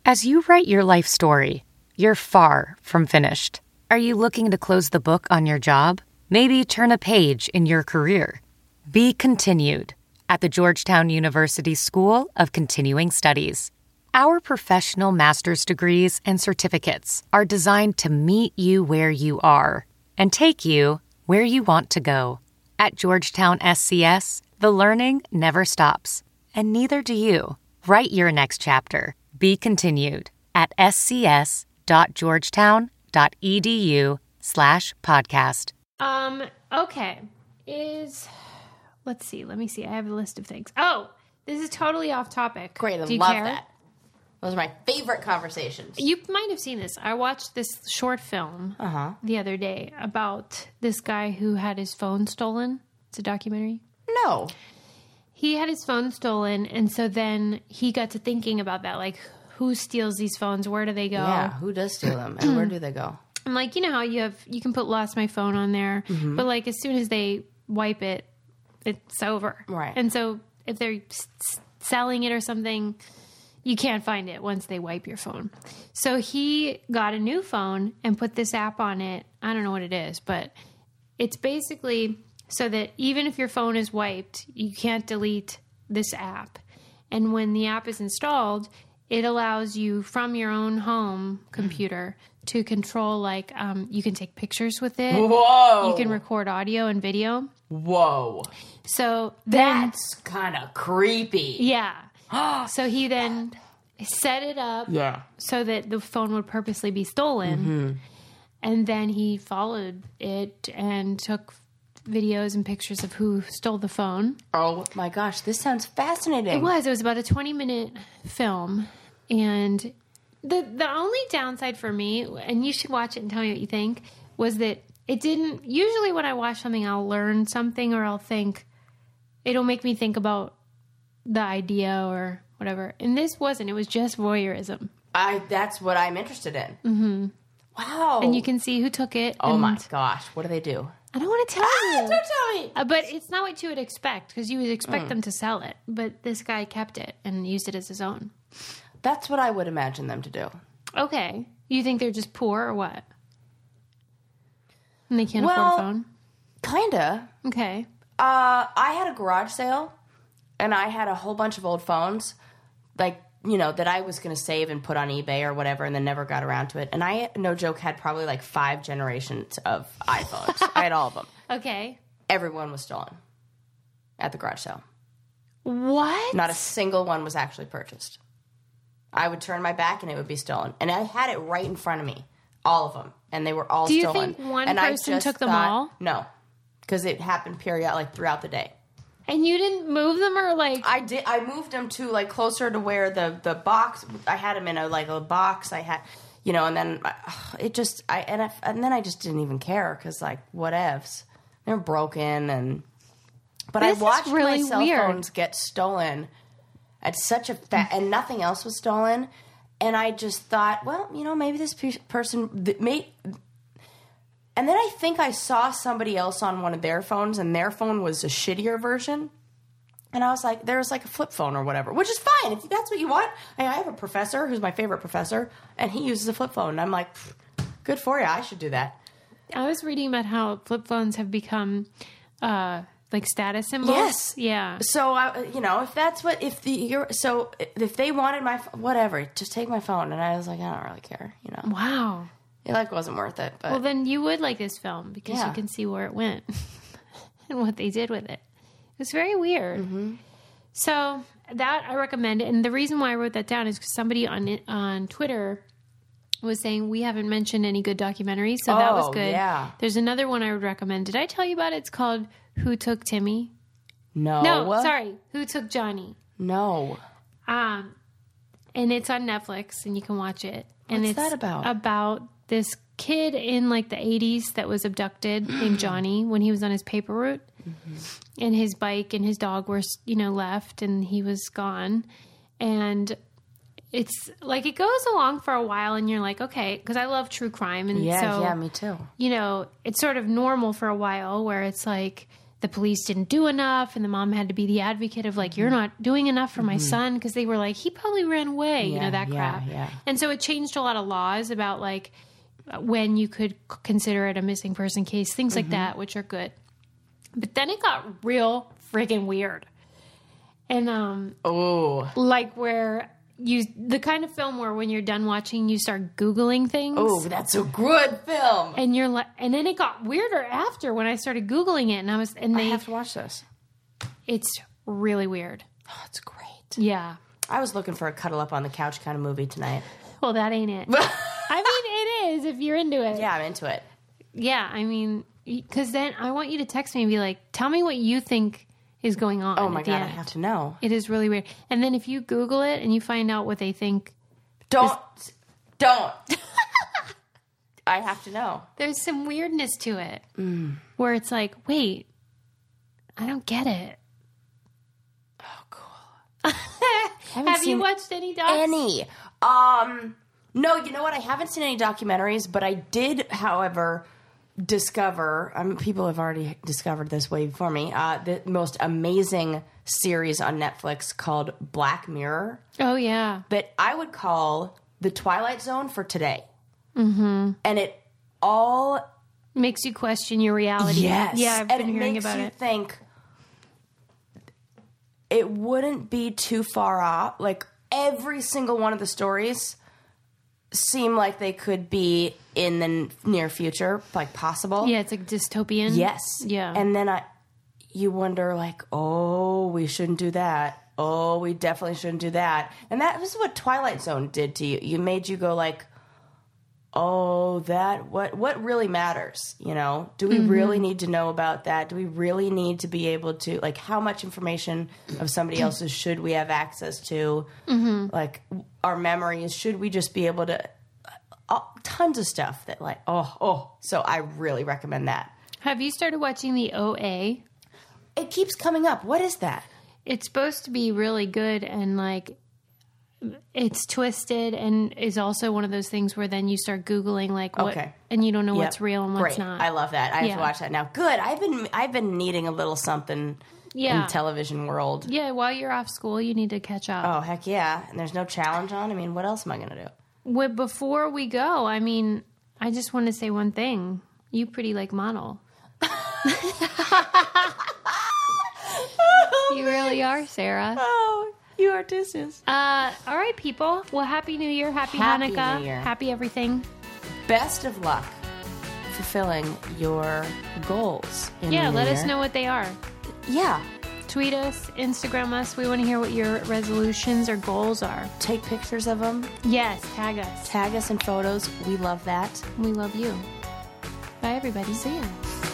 Speaker 6: As you write your life story, you're far from finished. Are you looking to close the book on your job? Maybe turn a page in your career? Be continued at the Georgetown University School of Continuing Studies. Our professional master's degrees and certificates are designed to meet you where you are and take you where you want to go. At Georgetown SCS, the learning never stops, and neither do you. Write your next chapter. Be continued at scs.georgetown.edu E slash podcast.
Speaker 1: Um, okay. Is let's see, let me see. I have a list of things. Oh, this is totally off topic.
Speaker 2: Great, I
Speaker 1: Do you
Speaker 2: love
Speaker 1: care?
Speaker 2: that. Those are my favorite conversations.
Speaker 1: You might have seen this. I watched this short film the other day about this guy who had his phone stolen. It's a documentary.
Speaker 2: No.
Speaker 1: He had his phone stolen, and so then he got to thinking about that, like who steals these phones? Where do they go?
Speaker 2: Yeah, who does steal them and where do they go?
Speaker 1: And like you know how you have you can put lost my phone on there, but like as soon as they wipe it, it's over.
Speaker 2: Right.
Speaker 1: And so if they're s- s- selling it or something, you can't find it once they wipe your phone. So he got a new phone and put this app on it. I don't know what it is, but it's basically so that even if your phone is wiped, you can't delete this app. And when the app is installed, it allows you from your own home computer to control, like, um, you can take pictures with it. Whoa. You can record audio and video.
Speaker 2: Whoa.
Speaker 1: So then,
Speaker 2: That's kind of creepy.
Speaker 1: yeah. so he then set it up
Speaker 2: Yeah.
Speaker 1: so that the phone would purposely be stolen. And then he followed it and took videos and pictures of who stole the phone.
Speaker 2: Oh my gosh, this sounds fascinating.
Speaker 1: It was. It was about a 20 minute film. And the the only downside for me, and you should watch it and tell me what you think, was that it didn't. Usually, when I watch something, I'll learn something or I'll think, it'll make me think about the idea or whatever. And this wasn't. It was just voyeurism.
Speaker 2: I that's what I'm interested in. Mm-hmm. Wow.
Speaker 1: And you can see who took it.
Speaker 2: Oh
Speaker 1: and-
Speaker 2: my gosh, what do they do?
Speaker 1: I don't want to tell
Speaker 2: Ah,
Speaker 1: you.
Speaker 2: tell me.
Speaker 1: Uh, but it's not what you would expect because you would expect them to sell it. But this guy kept it and used it as his own.
Speaker 2: That's what I would imagine them to do.
Speaker 1: Okay. You think they're just poor or what? And they can't
Speaker 2: Well-
Speaker 1: afford a phone?
Speaker 2: Kinda.
Speaker 1: Okay.
Speaker 2: Uh, I had a garage sale, and I had a whole bunch of old phones, like you know that I was going to save and put on eBay or whatever, and then never got around to it. And I, no joke, had probably like five generations of iPhones. I had all of them.
Speaker 1: Okay.
Speaker 2: Everyone was stolen at the garage sale.
Speaker 1: What?
Speaker 2: Not a single one was actually purchased. I would turn my back and it would be stolen. And I had it right in front of me, all of them, and they were all
Speaker 1: Do you
Speaker 2: stolen.
Speaker 1: think one
Speaker 2: and I
Speaker 1: person
Speaker 2: just
Speaker 1: took them
Speaker 2: thought-
Speaker 1: all?
Speaker 2: No, because it happened period like throughout the day.
Speaker 1: and you didn't move them or like.
Speaker 2: I did. I moved them to like closer to where the the box. I had them in a like a box. I had, you know, and then ugh, it just I and I, and then I just didn't even care because like whatevs. They're broken and. But
Speaker 1: This
Speaker 2: I
Speaker 1: is
Speaker 2: watched
Speaker 1: really
Speaker 2: my cell
Speaker 1: weird.
Speaker 2: phones get stolen at such a fa- and nothing else was stolen, and I just thought, well, you know, maybe this pe- person th- may. And then I think I saw somebody else on one of their phones, and their phone was a shittier version. And I was like, there was like a flip phone or whatever, which is fine if that's what you want. I, I have a professor who's my favorite professor, and he uses a flip phone. And I'm like, "Pfft, good for you. I should do that.
Speaker 1: I was reading about how flip phones have become uh, like status symbols.
Speaker 2: Yes.
Speaker 1: Yeah.
Speaker 2: So I, you know, if that's what if the you're, so if they wanted my ph- whatever, just take my phone. And I was like, I don't really care. You know,
Speaker 1: Wow.
Speaker 2: it like wasn't worth it. But
Speaker 1: Well, then you would like this film because
Speaker 2: Yeah.
Speaker 1: you can see where it went and what they did with it. It was very weird.
Speaker 2: Mm-hmm.
Speaker 1: So that I recommend, it. and the reason why I wrote that down is because somebody on it- on Twitter was saying we haven't mentioned any good documentaries, so that was
Speaker 2: Oh,
Speaker 1: good.
Speaker 2: yeah.
Speaker 1: There's another one I would recommend. Did I tell you about it? It's called Who Took Timmy?
Speaker 2: no,
Speaker 1: No, sorry, Who Took Johnny?
Speaker 2: no.
Speaker 1: Um, and it's on Netflix, and you can watch it. and
Speaker 2: What's
Speaker 1: it's
Speaker 2: that about?
Speaker 1: About this kid in like the '80s that was abducted named Johnny when he was on his paper route,
Speaker 2: Mm-hmm.
Speaker 1: and his bike and his dog were you know left, and he was gone, and. It's like it goes along for a while, and you're like, okay, because I love true crime, and
Speaker 2: Yeah,
Speaker 1: so
Speaker 2: yeah, me too.
Speaker 1: you know, it's sort of normal for a while where it's like the police didn't do enough and the mom had to be the advocate of like you're
Speaker 2: Mm-hmm.
Speaker 1: not doing enough for my son because they were like he probably ran away, you know that
Speaker 2: yeah,
Speaker 1: crap.
Speaker 2: yeah.
Speaker 1: And so it changed a lot of laws about like when you could c- consider it a missing person case, things
Speaker 2: Mm-hmm.
Speaker 1: like that, which are good. But then it got real friggin' weird. And um
Speaker 2: Oh,
Speaker 1: like where you the kind of film where when you're done watching you start googling things
Speaker 2: oh, that's a good film.
Speaker 1: and you're like and then it got weirder after when i started googling it and i was and
Speaker 2: I
Speaker 1: they
Speaker 2: have to watch this.
Speaker 1: it's really weird
Speaker 2: Oh, it's great.
Speaker 1: yeah
Speaker 2: I was looking for a cuddle up on the couch kind of movie tonight.
Speaker 1: well that ain't it i mean it is if you're into it
Speaker 2: Yeah, I'm into it.
Speaker 1: yeah i mean because then i want you to text me and be like tell me what you think is going on
Speaker 2: Oh my
Speaker 1: at the
Speaker 2: god, I
Speaker 1: end.
Speaker 2: have to know.
Speaker 1: it is really weird and then if you google it and you find out what they think
Speaker 2: Don't. Don't. I have to know.
Speaker 1: There's some weirdness to it where it's like, wait, I don't get it. Oh, cool. Have you
Speaker 2: seen
Speaker 1: watched any docs?
Speaker 2: Any. Um. No, you know what? I haven't seen any documentaries, but I did, however, discover. Um, people have already discovered this way before me. Uh, the most amazing series on Netflix called Black Mirror.
Speaker 1: Oh, yeah.
Speaker 2: that I would call the Twilight Zone for today. Mm-hmm. And it all
Speaker 1: Makes you question your reality.
Speaker 2: yes,
Speaker 1: Yeah, I've
Speaker 2: and
Speaker 1: been
Speaker 2: it
Speaker 1: hearing
Speaker 2: makes
Speaker 1: about
Speaker 2: you
Speaker 1: it.
Speaker 2: think it wouldn't be too far off. Like every single one of the stories seem like they could be in the n- near future, like possible.
Speaker 1: Yeah, it's like dystopian.
Speaker 2: Yes.
Speaker 1: Yeah.
Speaker 2: And then I, you wonder like, oh, we shouldn't do that. Oh, we definitely shouldn't do that. And that was what Twilight Zone did to you. You made you go like, oh, that what what really matters? You know, do we really need to know about that? Do we really need to be able to like how much information of somebody else's should we have access to? Like our memories, should we just be able to? Uh, tons of stuff that like oh oh. So I really recommend that.
Speaker 1: Have you started watching the OA?
Speaker 2: It keeps coming up. What is that?
Speaker 1: It's supposed to be really good and like it's twisted and is also one of those things where then you start googling like what
Speaker 2: Okay.
Speaker 1: and you don't know what's
Speaker 2: Yep.
Speaker 1: real and what's
Speaker 2: Great.
Speaker 1: not.
Speaker 2: I love that. I have
Speaker 1: Yeah.
Speaker 2: to watch that now. Good. I've been I've been needing a little something in
Speaker 1: Yeah.
Speaker 2: the television world.
Speaker 1: yeah, while you're off school, you need to catch up.
Speaker 2: Oh heck yeah! And there's no challenge on. I mean, what else am I gonna do?
Speaker 1: Well, before we go, I mean, I just want to say one thing. You pretty like model. you really are, Sarah.
Speaker 2: Oh, you are dishes.
Speaker 1: Uh, all right, people. Well, happy New Year, happy,
Speaker 2: Happy
Speaker 1: Hanukkah,
Speaker 2: New Year.
Speaker 1: happy everything.
Speaker 2: Best of luck fulfilling your goals. in
Speaker 1: yeah,
Speaker 2: the
Speaker 1: let
Speaker 2: new
Speaker 1: us
Speaker 2: year.
Speaker 1: know what they are.
Speaker 2: Yeah,
Speaker 1: Tweet us, Instagram us. We want to hear what your resolutions or goals are.
Speaker 2: take pictures of them.
Speaker 1: Yes, tag us.
Speaker 2: Tag us in photos. We love that.
Speaker 1: We love you. Bye, everybody. See ya.